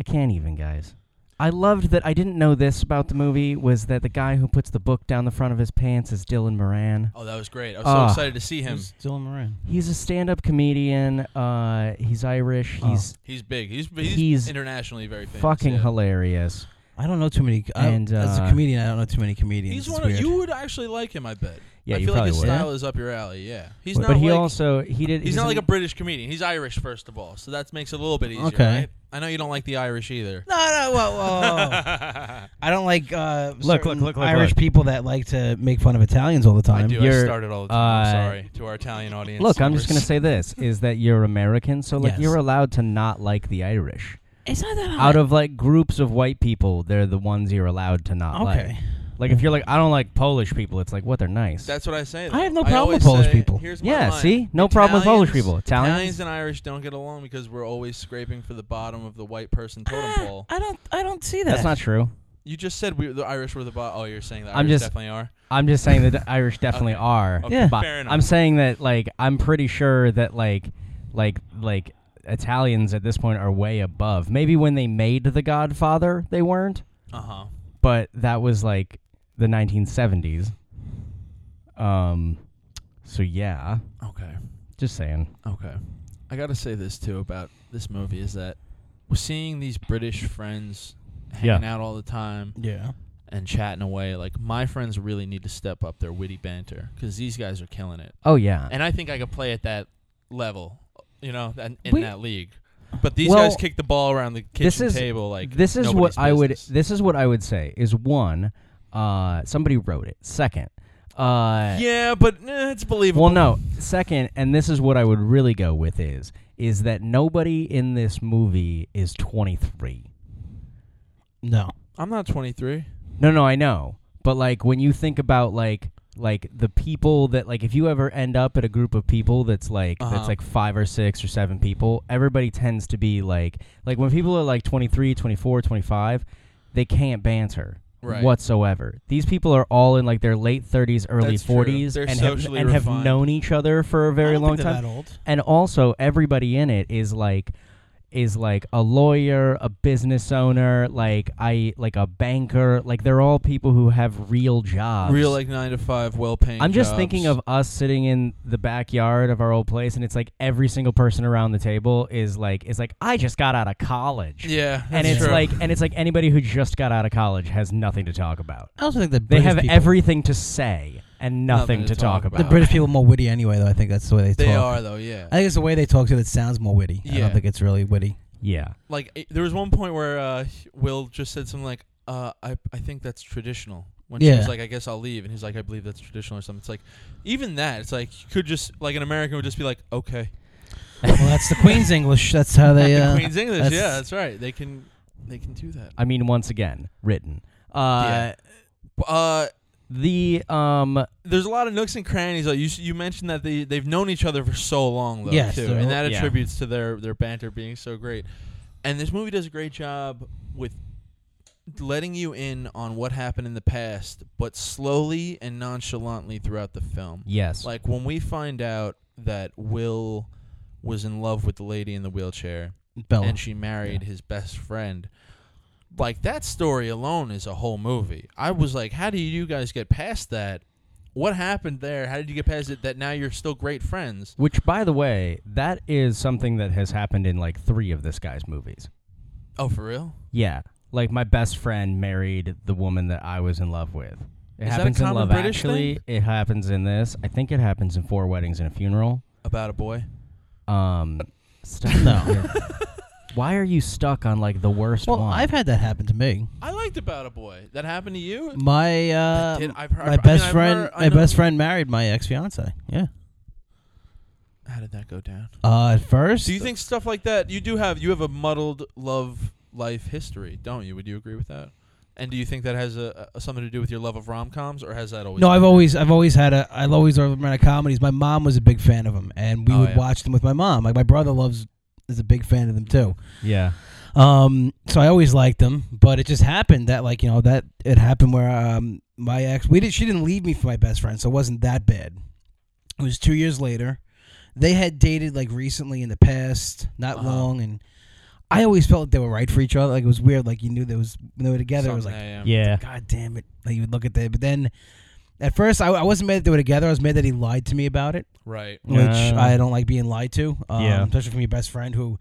Speaker 3: I can't even guys. I loved that I didn't know this about the movie was that the guy who puts the book down the front of his pants is Dylan Moran.
Speaker 2: Oh, that was great. I was
Speaker 3: Ah.
Speaker 2: so excited to see him.
Speaker 4: Who's Dylan Moran.
Speaker 3: He's a stand-up comedian. Uh, he's Irish.
Speaker 4: Oh.
Speaker 3: He's
Speaker 2: He's big. He's he's,
Speaker 3: He's
Speaker 2: internationally very famous.
Speaker 3: fucking
Speaker 2: yeah.
Speaker 3: hilarious.
Speaker 4: I don't know too many. I,
Speaker 3: And,
Speaker 4: as
Speaker 3: uh,
Speaker 4: a comedian, I don't know too many comedians.
Speaker 2: He's
Speaker 4: It's
Speaker 2: one of
Speaker 4: weird.
Speaker 2: you would actually like him. I bet.
Speaker 3: Yeah,
Speaker 2: I
Speaker 3: you
Speaker 2: feel like
Speaker 3: probably
Speaker 2: his
Speaker 3: would.
Speaker 2: style is up your alley. Yeah, he's
Speaker 3: but
Speaker 2: not.
Speaker 3: he
Speaker 2: like,
Speaker 3: also he did.
Speaker 2: he's, not like a
Speaker 3: in-
Speaker 2: British comedian. He's Irish, first of all, so that makes it a little bit easier.
Speaker 4: Okay.
Speaker 2: right? I know you don't like the Irish either.
Speaker 4: *laughs* No, no, whoa, whoa, whoa.
Speaker 2: *laughs* I
Speaker 4: I don't like uh,
Speaker 3: Look, look,
Speaker 4: certain
Speaker 3: look, look,
Speaker 4: Irish
Speaker 3: look.
Speaker 4: people that like to make fun of Italians all the time.
Speaker 2: do. I
Speaker 3: You're-
Speaker 2: started all the time.
Speaker 3: uh,
Speaker 2: I'm sorry to our Italian audience.
Speaker 3: Look, I'm just gonna
Speaker 2: members.
Speaker 3: say this: is that you're American, so like
Speaker 4: Yes.
Speaker 3: you're allowed to not like the Irish.
Speaker 4: It's not that
Speaker 3: Out of like groups of white people, they're the ones you're allowed to not like.
Speaker 4: okay.
Speaker 3: Like if you're like, I don't like Polish people. It's like what they're nice.
Speaker 2: That's what I say.
Speaker 4: I have no
Speaker 2: though.
Speaker 4: problem with
Speaker 2: always
Speaker 4: Polish
Speaker 2: say,
Speaker 4: people.
Speaker 2: Here's my
Speaker 3: yeah.
Speaker 2: line.
Speaker 3: See, no problem with Polish people. Italians.
Speaker 2: and Irish don't get along because we're always scraping for the bottom of the white person totem
Speaker 3: Ah.
Speaker 2: pole.
Speaker 4: Eh, I don't. I don't see that.
Speaker 3: that's not true.
Speaker 2: You just said we, the Irish were the bottom. Oh, you're saying the
Speaker 3: I'm
Speaker 2: Irish
Speaker 3: just-
Speaker 2: definitely are.
Speaker 3: I'm just saying that the Irish definitely
Speaker 2: Okay.
Speaker 3: are.
Speaker 2: Okay,
Speaker 4: Yeah.
Speaker 3: But
Speaker 2: fair enough.
Speaker 3: I'm saying that like I'm pretty sure that like like like Italians at this point are way above. Maybe when they made The Godfather, they weren't,
Speaker 2: uh huh.
Speaker 3: but that was like the 1970s. Um, so yeah,
Speaker 2: Okay.
Speaker 3: just saying.
Speaker 2: Okay. I got to say this too about this movie is that we're seeing these British friends hanging out all the time
Speaker 4: Yeah.
Speaker 2: and chatting away. Like my friends really need to step up their witty banter cuz these guys are killing it.
Speaker 3: Oh yeah,
Speaker 2: And I think I could play at that level, you know, in, in
Speaker 3: We-
Speaker 2: that league. But these
Speaker 3: Well,
Speaker 2: guys kick the ball around the kitchen
Speaker 3: this is-
Speaker 2: table like
Speaker 3: this is what
Speaker 2: nobody's
Speaker 3: I would.
Speaker 2: business.
Speaker 3: This is what I would say is one. Uh, somebody wrote it. Second. Uh,
Speaker 2: Yeah, but eh, it's believable.
Speaker 3: Well,
Speaker 2: *laughs*
Speaker 3: no. Second, and this is what I would really go with is is that nobody in this movie is 23.
Speaker 4: No.
Speaker 2: I'm not 23.
Speaker 3: No, no, I know. But like when you think about like like the people that like if you ever end up at a group of people that's like
Speaker 2: Uh-huh.
Speaker 3: that's like 5 or 6 or 7 people, everybody tends to be like like when people are like 23, 24, 25, they can't banter.
Speaker 2: Right.
Speaker 3: Whatsoever. These people are all in like their late 30s, early
Speaker 2: That's true.
Speaker 3: 40s,
Speaker 2: They're
Speaker 3: and, have,
Speaker 2: socially
Speaker 3: and have
Speaker 2: refined.
Speaker 3: known each other for a very long time
Speaker 4: That old.
Speaker 3: and also everybody in it is like is like a lawyer, a business owner, like I like a banker, like they're all people who have real jobs.
Speaker 2: Real like 9 to 5 well-paying
Speaker 3: Uh, I'm just
Speaker 2: jobs.
Speaker 3: thinking of us sitting in the backyard of our old place and it's like every single person around the table is like is like I just got out of college.
Speaker 2: Yeah.
Speaker 3: And
Speaker 2: that's
Speaker 3: it's
Speaker 2: true.
Speaker 3: like and it's like anybody who just got out of college has nothing to talk about.
Speaker 4: I also think that
Speaker 3: They
Speaker 4: British
Speaker 3: have
Speaker 4: people,
Speaker 3: everything to say. and nothing, to, talk, about.
Speaker 4: The British people are more witty anyway, though. I think that's the way they,
Speaker 2: They
Speaker 4: talk.
Speaker 2: are though, yeah.
Speaker 4: I think it's the way they talk to that sounds more witty. I
Speaker 2: Yeah.
Speaker 4: don't think it's really witty.
Speaker 3: Yeah.
Speaker 2: like it, there was one point where uh, Will just said something like, uh, "I I think that's traditional." When she
Speaker 4: Yeah.
Speaker 2: was like, "I guess I'll leave," and he's like, "I believe that's traditional" or something. It's like, even that, it's like you could just like an American would just be like, "Okay,
Speaker 4: *laughs* well, that's the Queen's English. That's how *laughs* they. Uh,
Speaker 2: Queen's English,
Speaker 4: that's-
Speaker 2: yeah, that's right. They can they can do that."
Speaker 3: *laughs* I mean, once again, written. Uh,
Speaker 2: Yeah. Uh,
Speaker 3: The um,
Speaker 2: there's a lot of nooks and crannies. Like you, s- you mentioned that they they've known each other for so long though,
Speaker 4: Yes,
Speaker 2: too,
Speaker 4: they're-
Speaker 2: and that
Speaker 3: yeah.
Speaker 2: attributes to their their banter being so great. And this movie does a great job with letting you in on what happened in the past, but slowly and nonchalantly throughout the film.
Speaker 3: yes,
Speaker 2: Like when we find out that Will was in love with the lady in the wheelchair,
Speaker 4: Bella.
Speaker 2: and she married his best friend. Like that story alone is a whole movie. I was like, how do you guys get past that? What happened there? How did you get past it that now you're still great friends?
Speaker 3: which, by the way, that is something that has happened in like three of this guy's movies.
Speaker 2: Oh, for real?
Speaker 3: Yeah, like my best friend married the woman that I was in love with. It
Speaker 2: Is that a
Speaker 3: happens in
Speaker 2: common
Speaker 3: Love
Speaker 2: British
Speaker 3: Actually. It happens in this. I think it happens in Four Weddings and a Funeral.
Speaker 2: About a boy?
Speaker 3: Um, stop
Speaker 2: *laughs*
Speaker 3: no. Why are you stuck on like the worst
Speaker 4: well,
Speaker 3: one?
Speaker 4: I've had that happen to me.
Speaker 2: I liked About a Boy. That happened to you?
Speaker 4: My
Speaker 2: I did-
Speaker 4: uh,
Speaker 2: I've heard- I
Speaker 4: my
Speaker 2: mean,
Speaker 4: best
Speaker 2: I've
Speaker 4: friend,
Speaker 2: heard- I
Speaker 4: my
Speaker 2: know-
Speaker 4: best friend married my ex fiance. Yeah.
Speaker 2: How did that go down?
Speaker 4: Uh, at first,
Speaker 2: Do you think stuff like that? You do have you have a muddled love life history, don't you? Would you agree with that? And do you think that has a, a something to do with your love of rom coms, or has that always?
Speaker 4: No,
Speaker 2: been
Speaker 4: I've
Speaker 2: there?
Speaker 4: always, I've always had a, I've always loved romantic comedies. My mom was a big fan of them, and we
Speaker 2: Oh,
Speaker 4: would
Speaker 2: yeah.
Speaker 4: watch them with my mom. Like my brother loves, is a big fan of them too.
Speaker 3: yeah,
Speaker 4: Um, so I always liked them, but it just happened that like you know that it happened where um my ex we did she didn't leave me for my best friend, so it wasn't that bad. It was two years later. They had dated like recently in the past, not
Speaker 2: Uh-huh.
Speaker 4: long, and I always felt like they were right for each other. Like it was weird, like you knew they was when they were together. it was
Speaker 2: Something,
Speaker 4: like
Speaker 3: yeah.
Speaker 2: *laughs*
Speaker 4: God damn it! Like you would look at that, but then at first I, I wasn't mad that they were together. I was mad that he lied to me about it,
Speaker 2: right.
Speaker 4: which
Speaker 3: Yeah.
Speaker 4: I don't like being lied to. Um,
Speaker 3: Yeah.
Speaker 4: especially from your best friend who.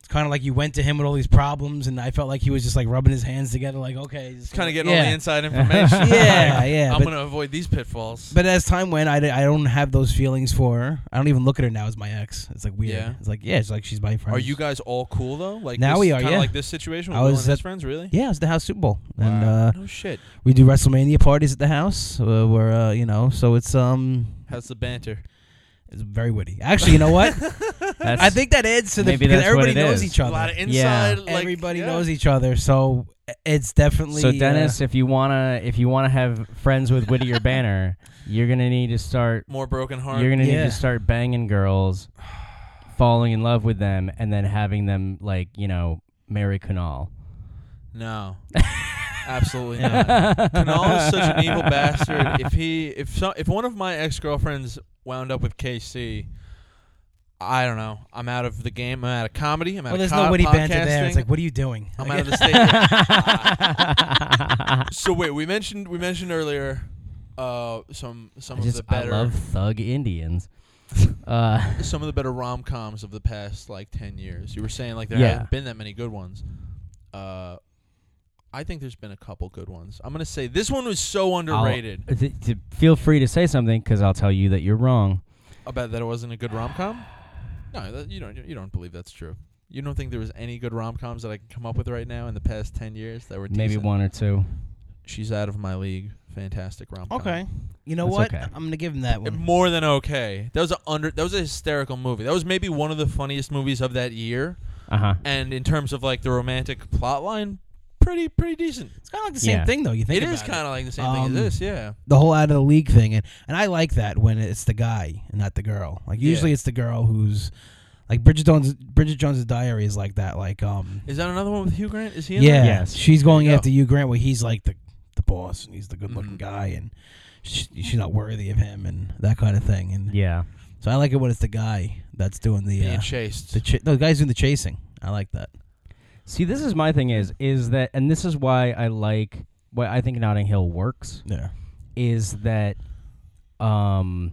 Speaker 4: It's kind of like you went to him with all these problems, and I felt like he was just like rubbing his hands together, like okay, just
Speaker 2: Kind of getting all
Speaker 4: yeah.
Speaker 2: the
Speaker 4: *laughs*
Speaker 2: inside information.
Speaker 4: Yeah,
Speaker 2: *laughs*
Speaker 4: yeah.
Speaker 2: I'm
Speaker 4: but,
Speaker 2: gonna avoid these pitfalls.
Speaker 4: but as time went, I, d- I don't have those feelings for her. I don't even look at her now as my ex. It's like weird.
Speaker 2: Yeah.
Speaker 4: It's like yeah, it's like she's my friend.
Speaker 2: are you guys all cool though? Like
Speaker 4: Now
Speaker 2: this,
Speaker 4: we are,
Speaker 2: Kind
Speaker 4: yeah.
Speaker 2: of like this situation with
Speaker 4: I
Speaker 2: Will
Speaker 4: was
Speaker 2: and his
Speaker 4: at-
Speaker 2: friends, really?
Speaker 4: Yeah, it's the house Super Bowl, and
Speaker 2: Wow.
Speaker 4: uh,
Speaker 2: no shit.
Speaker 4: we do WrestleMania parties at the house. Uh, where uh, you know, so it's um,
Speaker 2: How's the banter?
Speaker 4: It's very witty. Actually, you know what?
Speaker 3: *laughs* That's,
Speaker 4: I think that adds to the
Speaker 3: Maybe
Speaker 4: because
Speaker 3: that's what
Speaker 4: everybody
Speaker 3: it
Speaker 4: knows
Speaker 3: is.
Speaker 4: each
Speaker 2: A lot
Speaker 4: other.
Speaker 2: of inside. Like,
Speaker 4: everybody
Speaker 2: yeah.
Speaker 4: knows each other, so it's definitely.
Speaker 3: so.
Speaker 4: uh,
Speaker 3: Dennis, if you wanna, if you wanna have friends with Whittier Banner, you're gonna need to start.
Speaker 2: More broken heart.
Speaker 3: You're gonna need
Speaker 4: Yeah.
Speaker 3: to start banging girls, falling in love with them, and then having them like you know marry Kunal.
Speaker 4: *laughs*
Speaker 2: no. Absolutely not. Kanal is such an
Speaker 3: *laughs*
Speaker 2: evil
Speaker 4: *laughs*
Speaker 2: bastard. If he, if so, if one of my ex girlfriends wound up with KC, I don't know. I'm out of the game. I'm out of comedy. I'm out
Speaker 4: well,
Speaker 2: of
Speaker 4: there's
Speaker 2: co-
Speaker 4: no witty banter there.
Speaker 2: podcasting.
Speaker 4: It's like, what are you doing?
Speaker 2: I'm out
Speaker 4: Like,
Speaker 2: of the
Speaker 4: *laughs*
Speaker 2: state. *laughs* so wait, we mentioned we mentioned earlier uh, some some
Speaker 3: I
Speaker 2: of
Speaker 3: just
Speaker 2: the
Speaker 3: I
Speaker 2: better
Speaker 3: love
Speaker 4: *laughs*
Speaker 2: *laughs*
Speaker 3: thug Indians. Uh,
Speaker 2: some of the better rom coms of the past like ten years. You were saying like there
Speaker 3: Yeah.
Speaker 2: haven't been that many good ones. Uh, I think there's been a couple good ones. I'm gonna say this one was so
Speaker 3: I'll-
Speaker 2: underrated
Speaker 3: th- th- feel free to say something because I'll tell you that you're wrong.
Speaker 2: about that it wasn't a good rom com. No, that, you don't you don't believe that's true. You don't think there was any good rom coms that I can come up with right now in the past ten years that were
Speaker 3: Maybe
Speaker 2: decent?
Speaker 3: one or two.
Speaker 2: She's out of my league. Fantastic rom com.
Speaker 4: okay, you know
Speaker 3: That's
Speaker 4: what?
Speaker 3: okay.
Speaker 4: I'm gonna give him that
Speaker 2: It-
Speaker 4: one.
Speaker 2: more than okay. That was a under. That was a hysterical movie. That was maybe one of the funniest movies of that year.
Speaker 3: Uh huh.
Speaker 2: And in terms of like the romantic plot line, pretty pretty decent.
Speaker 4: It's kind of like the same
Speaker 3: Yeah.
Speaker 4: thing, though. You think
Speaker 2: it
Speaker 4: about
Speaker 2: is kind of like the same
Speaker 4: Um,
Speaker 2: thing as this, yeah.
Speaker 4: the whole out of the league thing, and and I like that when it's the guy and not the girl. Like
Speaker 2: Yeah.
Speaker 4: usually it's the girl who's like Bridget Jones. Bridget Jones's Diary is like that. Like um,
Speaker 2: Is that another one with Hugh Grant? Is he?
Speaker 4: yeah,
Speaker 2: In There?
Speaker 3: Yes.
Speaker 4: she's going
Speaker 2: There you
Speaker 4: after you, Grant, where he's like the the boss and he's the good looking
Speaker 2: Mhm.
Speaker 4: guy, and she, she's not worthy of him and that kind of thing. And
Speaker 3: Yeah.
Speaker 4: so I like it when it's the guy that's doing the
Speaker 2: Being
Speaker 4: uh,
Speaker 2: chased.
Speaker 4: the ch- no, the guy's doing the chasing. I like that.
Speaker 3: See, this is my thing is is that, and this is why I like why I think Notting Hill works
Speaker 4: Yeah,
Speaker 3: is that, um,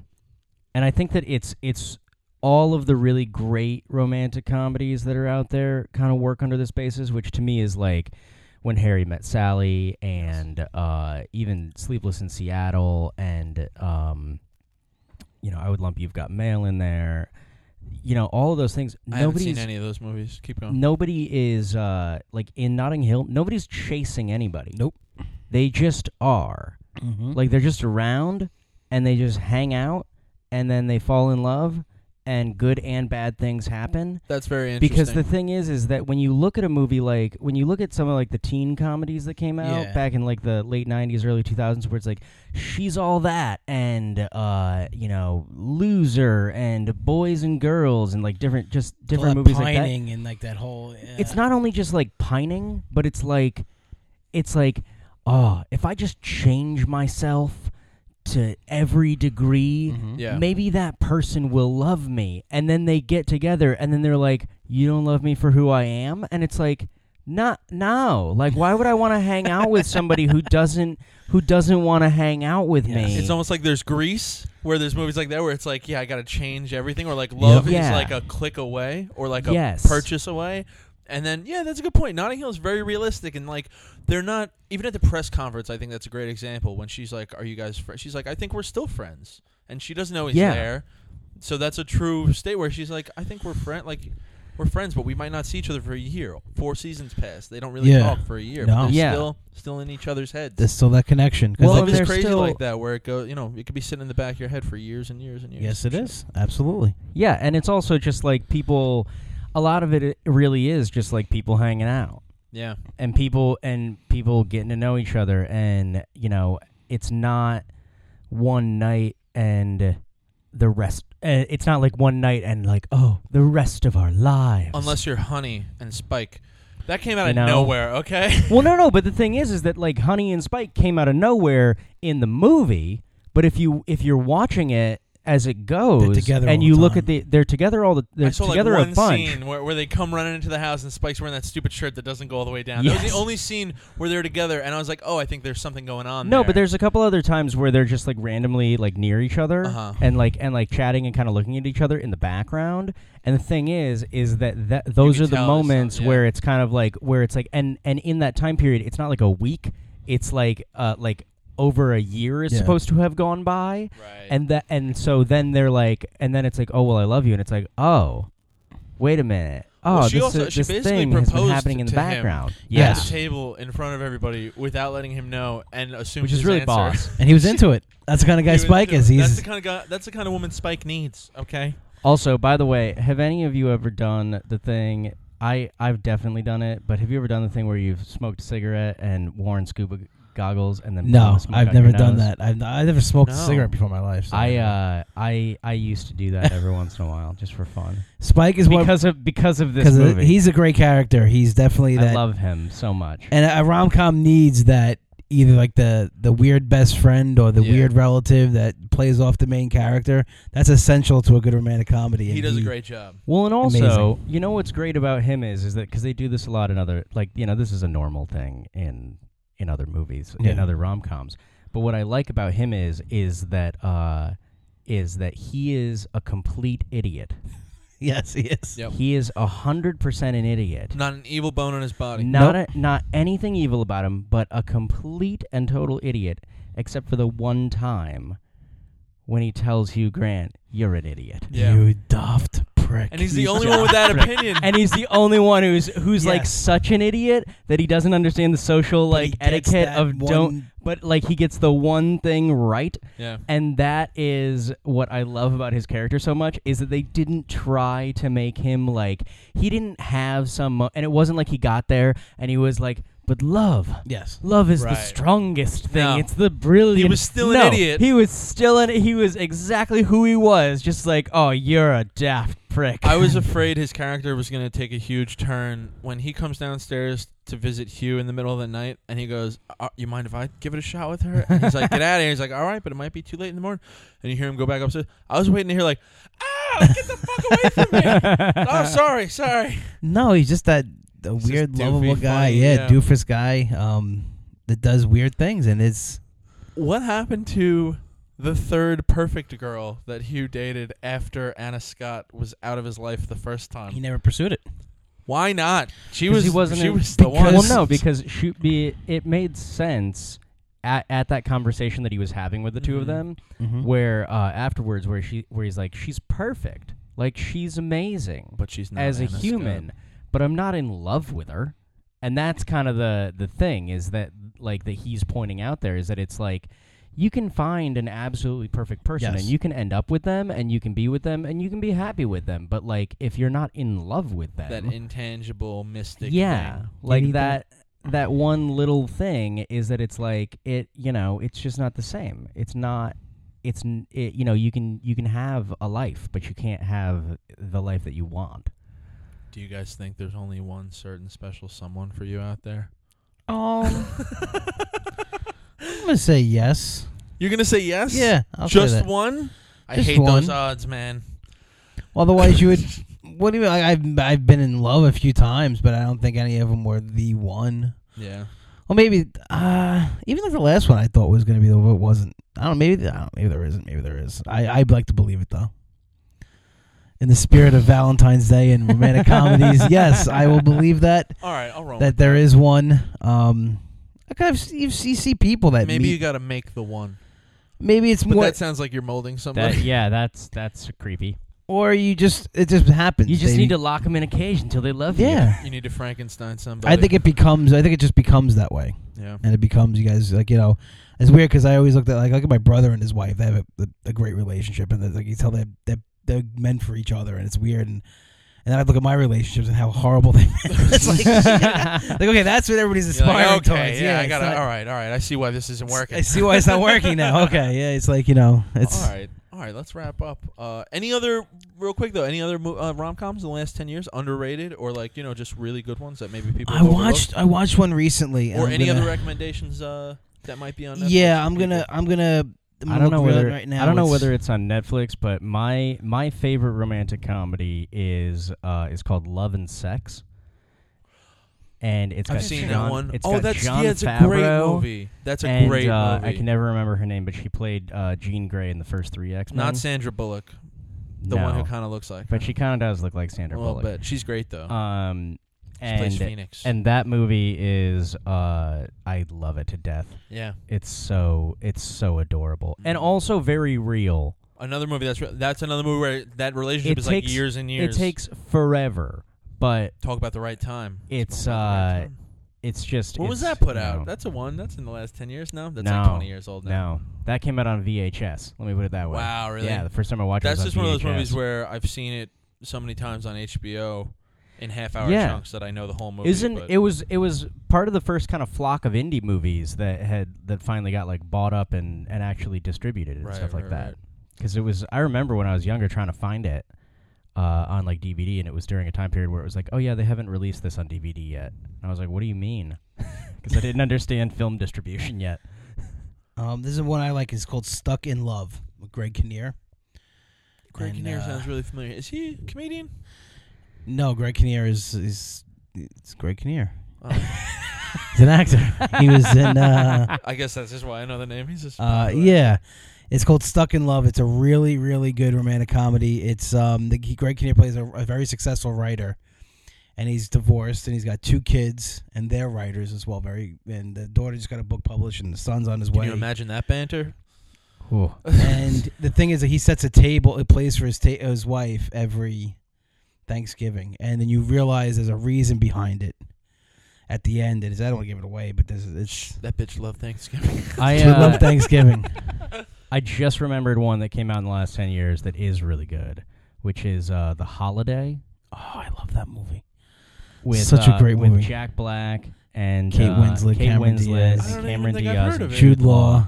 Speaker 3: and I think that it's it's all of the really great romantic comedies that are out there kind of work under this basis, which to me is like When Harry Met Sally and uh, even Sleepless in Seattle and um, you know I would lump You've Got Mail in there. You know all of those things.
Speaker 2: I haven't
Speaker 3: Nobody's
Speaker 2: seen any of those movies. Keep going.
Speaker 3: nobody is uh, like in Notting Hill. Nobody's chasing anybody.
Speaker 4: Nope.
Speaker 3: They just are.
Speaker 4: Mm-hmm.
Speaker 3: Like they're just around and they just hang out and then they fall in love and good and bad things happen.
Speaker 2: That's very interesting.
Speaker 3: Because the thing is, is that when you look at a movie like when you look at some of like the teen comedies that came out
Speaker 4: Yeah.
Speaker 3: back in like the late '90s, early 2000s, where it's like she's all that and uh, you know loser and boys and girls and like different just different movies like that
Speaker 4: pining and like that whole.
Speaker 3: it's not only just like pining, but it's like it's like oh, if I just change myself to every degree,
Speaker 2: Mm-hmm. yeah.
Speaker 3: maybe that person will love me. And then they get together and then they're like, "You don't love me for who I am?" And it's like not no. Like why would I want to hang out with somebody who doesn't who doesn't want to hang out with me?
Speaker 2: It's almost like there's Grease, where there's movies like that where it's like, yeah, I got to change everything, or like love is
Speaker 3: Yeah.
Speaker 2: like a click away, or like
Speaker 3: Yes.
Speaker 2: a purchase away. And then, yeah, that's a good point. Notting Hill is very realistic, and like they're not even at the press conference. I think that's a great example when she's like, "Are you guys friends?" She's like, "I think we're still friends," and she doesn't know he's
Speaker 3: Yeah.
Speaker 2: there. So that's a true state where she's like, "I think we're friend, like we're friends, but we might not see each other for a year. Four seasons pass. They don't really
Speaker 4: Yeah.
Speaker 2: talk for a year.
Speaker 4: No.
Speaker 2: But they're
Speaker 3: Yeah.
Speaker 2: still still in each other's heads."
Speaker 4: There's still that connection. 'cause
Speaker 3: Well,
Speaker 4: like-
Speaker 2: Love
Speaker 3: and
Speaker 2: is
Speaker 3: they're
Speaker 2: crazy
Speaker 3: still-
Speaker 2: like that, where it goes, you know, it could be sitting in the back of your head for years and years and years.
Speaker 4: *laughs* yes, it is absolutely.
Speaker 3: Yeah, and it's also just like people a lot of it it really is just like people hanging out.
Speaker 2: Yeah,
Speaker 3: and people and people getting to know each other and you know it's not one night and the rest uh, it's not like one night and like oh the rest of our lives
Speaker 2: unless you're Honey and Spike, that came out
Speaker 3: You
Speaker 2: of
Speaker 3: know?
Speaker 2: nowhere. Okay,
Speaker 3: *laughs*
Speaker 2: *laughs*
Speaker 3: well no no but the thing is is that like honey and spike came out of nowhere in the movie but if you if you're watching it as it goes
Speaker 4: together
Speaker 3: and
Speaker 4: all
Speaker 3: you
Speaker 4: the
Speaker 3: look
Speaker 4: time.
Speaker 3: at the they're together all the they're
Speaker 2: I saw
Speaker 3: together
Speaker 2: like
Speaker 3: a
Speaker 2: one
Speaker 3: bunch
Speaker 2: scene where, where they come running into the house and Spike's wearing that stupid shirt that doesn't go all the way down. That was
Speaker 3: Yes.
Speaker 2: the only scene where they're together, and I was like, oh, I think there's something going on.
Speaker 3: No, but there's a couple other times where they're just like randomly like near each other
Speaker 2: Uh-huh.
Speaker 3: and like and like chatting and kind of looking at each other in the background. And the thing is, is that, that those
Speaker 2: can
Speaker 3: are the
Speaker 2: tell there's some-
Speaker 3: moments
Speaker 2: yeah.
Speaker 3: where it's kind of like where it's like and and in that time period, it's not like a week. It's like uh like over a year is
Speaker 4: Yeah.
Speaker 3: supposed to have gone by,
Speaker 2: right.
Speaker 3: and that and so then they're like and then it's like oh well I love you and it's like oh wait a minute oh
Speaker 2: Well, she
Speaker 3: this,
Speaker 2: also-
Speaker 3: uh,
Speaker 2: she
Speaker 3: this
Speaker 2: basically
Speaker 3: thing has been
Speaker 2: proposed
Speaker 3: happening in the
Speaker 2: to him.
Speaker 3: background
Speaker 2: at
Speaker 4: Yes.
Speaker 2: the table in front of everybody without letting him know and assume
Speaker 3: which is really boss.
Speaker 4: And he was into it. That's
Speaker 2: *laughs*
Speaker 4: the kind of guy
Speaker 2: Guys,
Speaker 4: Spike is.
Speaker 2: that's
Speaker 4: He's
Speaker 2: the kind of guy. That's the kind of woman Spike needs. Okay,
Speaker 3: Also, by the way, have any of you ever done the thing? I I've definitely done it, but have you ever done the thing where you've smoked a cigarette and worn scuba g- goggles and then blown
Speaker 4: no.
Speaker 3: the smoke
Speaker 4: I've
Speaker 3: out your
Speaker 4: never done
Speaker 3: nose?
Speaker 4: that. I've I never smoked
Speaker 2: No.
Speaker 4: a cigarette before in my life. so
Speaker 3: I
Speaker 4: don't know.
Speaker 3: uh I I used to do that every once in a while just for fun
Speaker 4: Spike *laughs* is one
Speaker 3: because of because of this
Speaker 4: because of-
Speaker 3: movie.
Speaker 4: he's a great character. He's definitely
Speaker 3: I
Speaker 4: that.
Speaker 3: love him so much.
Speaker 4: and a rom com needs that either like the the weird best friend or the
Speaker 2: Yeah.
Speaker 4: weird relative that plays off the main character. That's essential to a good romantic comedy.
Speaker 2: he
Speaker 4: and
Speaker 2: does a great job.
Speaker 3: Well, and also,
Speaker 4: Amazing.
Speaker 3: you know what's great about him is is that because they do this a lot in other like you know this is a normal thing in in other movies in
Speaker 4: Yeah.
Speaker 3: other rom coms. But what I like about him is is that uh, is that he is a complete idiot.
Speaker 4: *laughs* Yes, he is.
Speaker 2: Yep.
Speaker 3: He is a hundred percent an idiot.
Speaker 2: Not an evil bone in his body.
Speaker 3: Not a, not anything evil about him, but a complete and total idiot, except for the one time when he tells Hugh Grant, "You're an idiot."
Speaker 2: Yeah.
Speaker 4: You daft prick.
Speaker 2: And he's the only one with *laughs* that opinion.
Speaker 3: and he's the only one who's who's like
Speaker 4: Yes.
Speaker 3: such an idiot that he doesn't understand the social
Speaker 4: But he
Speaker 3: like
Speaker 4: gets
Speaker 3: etiquette
Speaker 4: that
Speaker 3: of don't
Speaker 4: one-
Speaker 3: but like he gets the one thing right
Speaker 2: yeah.
Speaker 3: and that is what I love about his character so much is that they didn't try to make him like he didn't have some mo- and it wasn't like he got there and he was like but love
Speaker 4: Yes.
Speaker 3: Love is
Speaker 2: Right.
Speaker 3: the strongest thing.
Speaker 2: No.
Speaker 3: It's the brilliant.
Speaker 2: He was still an
Speaker 3: No,
Speaker 2: idiot.
Speaker 3: He was still an. He was exactly who he was. Just like, oh, you're a daft prick.
Speaker 2: I was afraid his character was going to take a huge turn when he comes downstairs to visit Hugh in the middle of the night, and he goes, uh, "You mind if I give it a shot with her?" And he's like, "Get out of here!" He's like, "All right, but it might be too late in the morning." And you hear him go back upstairs. I was waiting to hear like, "Ah, like, get the fuck away
Speaker 3: *laughs*
Speaker 2: from me!" *laughs* oh, sorry, sorry.
Speaker 4: No, he's just that the
Speaker 2: He's just
Speaker 4: weird lovable
Speaker 2: doofy,
Speaker 4: guy.
Speaker 2: funny,
Speaker 4: yeah,
Speaker 2: yeah.
Speaker 4: doofus guy. Um, that does weird things, and it's
Speaker 2: What happened to the third perfect girl that Hugh dated after Anna Scott was out of his life the first time?
Speaker 4: never pursued it.
Speaker 2: Why not? She
Speaker 3: 'Cause
Speaker 2: was.
Speaker 3: he wasn't
Speaker 2: She
Speaker 3: in-
Speaker 2: was the one.
Speaker 3: Well,
Speaker 2: *laughs*
Speaker 4: Because-
Speaker 3: no, because shoot, be it made sense at, at that conversation that he was having with the two of
Speaker 2: Mhm.
Speaker 3: them,
Speaker 4: Mhm.
Speaker 3: where uh, afterwards, where she, where he's like, she's perfect, like she's amazing,
Speaker 2: But she's not
Speaker 3: as a
Speaker 2: Anna Scott.
Speaker 3: human, but I'm not in love with her, and that's kind of the the thing is that like that he's pointing out there is that it's like. You can find an absolutely perfect person
Speaker 4: Yes.
Speaker 3: and you can end up with them and you can be with them and you can be happy with them. But like if you're not in love with them
Speaker 4: Mm-hmm.
Speaker 2: That intangible mystic.
Speaker 3: yeah
Speaker 2: thing.
Speaker 3: like
Speaker 4: need
Speaker 3: that
Speaker 4: that.
Speaker 3: that one little thing is that it's like it you know it's just not the same it's not it's n- it, you know you can you can have a life but you can't have the life that you want
Speaker 2: Do you guys think there's only one certain special someone for you out there? *laughs*
Speaker 4: Um, I'm gonna say yes.
Speaker 2: You're gonna say yes?
Speaker 4: Yeah, I'll say
Speaker 2: Just
Speaker 4: that.
Speaker 2: one? I
Speaker 4: Just
Speaker 2: hate those
Speaker 4: one.
Speaker 2: odds, man.
Speaker 4: Otherwise, you
Speaker 2: *laughs*
Speaker 4: would. What do you? I, I've I've been in love a few times, but I don't think any of them were the one.
Speaker 2: Yeah.
Speaker 4: Well, maybe uh, even like the last one I thought was gonna be the one wasn't. I don't. know, Maybe I don't, maybe there isn't. Maybe there is. I I'd like to believe it though. In the spirit of Valentine's Day and
Speaker 3: *laughs*
Speaker 4: romantic comedies, yes, I will believe that
Speaker 2: All right, I'll roll.
Speaker 4: that there is one. Um, I kind of you see, see people that
Speaker 2: Maybe
Speaker 4: meet-
Speaker 2: you gotta make the one.
Speaker 4: maybe it's
Speaker 2: But
Speaker 4: more
Speaker 2: that sounds like you're molding somebody.
Speaker 3: that yeah that's that's creepy
Speaker 4: or you just it just happens.
Speaker 3: you just
Speaker 4: They-
Speaker 3: need to lock them in a cage until they
Speaker 2: *laughs*
Speaker 3: love you
Speaker 2: *laughs*
Speaker 4: yeah. *laughs*
Speaker 2: you need to Frankenstein somebody.
Speaker 4: I think it becomes. I think it just becomes that way,
Speaker 2: Yeah.
Speaker 4: and it becomes you guys like you know. It's weird because I always looked at like I look at my brother and his wife. They have a, a, a great relationship, and they're, like you tell they they're, they're meant for each other, and it's weird. And and then I look at my relationships and how horrible they. *laughs* it's like,
Speaker 2: *laughs*
Speaker 4: like okay, that's what everybody's
Speaker 2: You're like,
Speaker 4: aspiring
Speaker 2: okay,
Speaker 4: towards.
Speaker 2: yeah, I
Speaker 4: it's
Speaker 2: gotta.
Speaker 4: not-
Speaker 2: all right, all right. I see why this isn't working.
Speaker 4: I see why it's not
Speaker 2: *laughs*
Speaker 4: working now. Okay, yeah, it's like you know, it's
Speaker 2: all right, all right. Let's wrap up. Uh, any other, real quick though? Any other mo- uh, rom coms in the last ten years underrated or like you know just really good ones that maybe people
Speaker 4: I
Speaker 2: have overlooked?
Speaker 4: watched I watched one recently. and
Speaker 2: or
Speaker 4: I'm
Speaker 2: any
Speaker 4: gonna-
Speaker 2: other recommendations uh, that might be on. Netflix
Speaker 4: Yeah,
Speaker 2: for
Speaker 4: I'm gonna
Speaker 2: people?
Speaker 4: I'm gonna. I'm
Speaker 3: I don't
Speaker 4: gonna
Speaker 3: know
Speaker 4: look around
Speaker 3: whether
Speaker 4: right now
Speaker 3: I don't know
Speaker 4: it's-
Speaker 3: whether it's on Netflix, but my my favorite romantic comedy is uh, is called Love and Sex, and it's
Speaker 2: I've
Speaker 3: got
Speaker 2: seen
Speaker 3: John,
Speaker 2: that one.
Speaker 3: It's
Speaker 2: oh,
Speaker 3: got
Speaker 2: that's
Speaker 3: John
Speaker 2: yeah, it's
Speaker 3: Favreau,
Speaker 2: a great movie. That's a
Speaker 3: and,
Speaker 2: great
Speaker 3: uh,
Speaker 2: movie.
Speaker 3: I can never remember her name, but she played uh, Jean Grey in the first three X Men.
Speaker 2: Not Sandra Bullock, the one who kind of looks like.
Speaker 3: but
Speaker 2: her.
Speaker 3: she kind of does look like Sandra
Speaker 2: a little
Speaker 3: Bullock.
Speaker 2: bit. She's great though.
Speaker 3: Um,
Speaker 2: uh, she
Speaker 3: and
Speaker 2: plays Phoenix.
Speaker 3: and that movie is uh, I love it to death.
Speaker 2: yeah,
Speaker 3: It's so it's so adorable and
Speaker 2: Mhm.
Speaker 3: also very real.
Speaker 2: another movie that's re- that's another movie where that relationship
Speaker 3: It
Speaker 2: is
Speaker 3: takes-
Speaker 2: like years and years.
Speaker 3: It takes forever, but
Speaker 2: talk about the right time.
Speaker 3: It's,
Speaker 2: Talk about the right
Speaker 3: uh,
Speaker 2: time.
Speaker 3: it's just.
Speaker 2: When was
Speaker 3: it's-
Speaker 2: that put
Speaker 3: no.
Speaker 2: out? That's a one. That's in the last ten years. No, that's
Speaker 3: No.
Speaker 2: like twenty years old now.
Speaker 3: no, that came out on VHS. Let me put it that way.
Speaker 2: Wow, really?
Speaker 3: Yeah, the first time I watched
Speaker 2: That's
Speaker 3: it. was
Speaker 2: just
Speaker 3: on
Speaker 2: one of those
Speaker 3: VHS.
Speaker 2: movies where I've seen it so many times on HBO in half-hour
Speaker 3: Yeah.
Speaker 2: chunks that I know the whole movie.
Speaker 3: Isn't
Speaker 2: but-
Speaker 3: it was it was part of the first kind of flock of indie movies that had that finally got like bought up and and actually distributed and
Speaker 2: Right,
Speaker 3: stuff like
Speaker 2: right,
Speaker 3: that.
Speaker 2: right.
Speaker 3: Because it was I remember when I was younger trying to find it uh, on like DVD and it was during a time period where it was like oh yeah they haven't released this on DVD yet and I was like what do you mean *laughs* because I didn't understand film distribution yet.
Speaker 4: Um, this is one I like. It's called Stuck in Love with Greg Kinnear.
Speaker 2: Greg
Speaker 4: and,
Speaker 2: Kinnear
Speaker 4: uh,
Speaker 2: sounds really familiar. Is he a
Speaker 3: *laughs*
Speaker 2: comedian?
Speaker 4: No, Greg Kinnear is is it's Greg Kinnear.
Speaker 2: Oh,
Speaker 4: *laughs* He's an actor. he was
Speaker 2: *laughs*
Speaker 4: in uh,
Speaker 2: I guess that's just why I know the name. He's just
Speaker 4: uh
Speaker 2: popular.
Speaker 4: yeah. It's called Stuck in Love. It's a really really good romantic comedy. It's um the, he, Greg Kinnear plays a, a very successful writer. And he's divorced, and he's got two kids, and they're writers as well. Very, and the daughter just got a book published, and the son's on his
Speaker 2: Can
Speaker 4: way.
Speaker 2: you imagine that banter?
Speaker 3: Ooh.
Speaker 4: and the thing is that he sets a table, a place for his ta- his wife every Thanksgiving, and then you realize there's a reason behind it. At the end, it is I don't want to give it away, but this is it's
Speaker 2: That bitch loved Thanksgiving.
Speaker 3: *laughs* *laughs* I
Speaker 4: *laughs* we love
Speaker 3: uh, *laughs*
Speaker 4: Thanksgiving.
Speaker 3: I just remembered one that came out in the last ten years that is really good, which is uh, the Holiday.
Speaker 4: oh, I love that movie.
Speaker 3: with
Speaker 4: Such a
Speaker 3: uh,
Speaker 4: great
Speaker 3: with
Speaker 4: movie.
Speaker 3: Jack Black and
Speaker 4: Kate
Speaker 3: uh,
Speaker 4: Winslet,
Speaker 3: Kate
Speaker 4: Cameron
Speaker 3: Winslet,
Speaker 4: Diaz.
Speaker 2: I don't even
Speaker 3: Cameron
Speaker 2: think I've
Speaker 3: Diaz,
Speaker 2: heard
Speaker 3: and
Speaker 2: of it.
Speaker 4: Jude Law.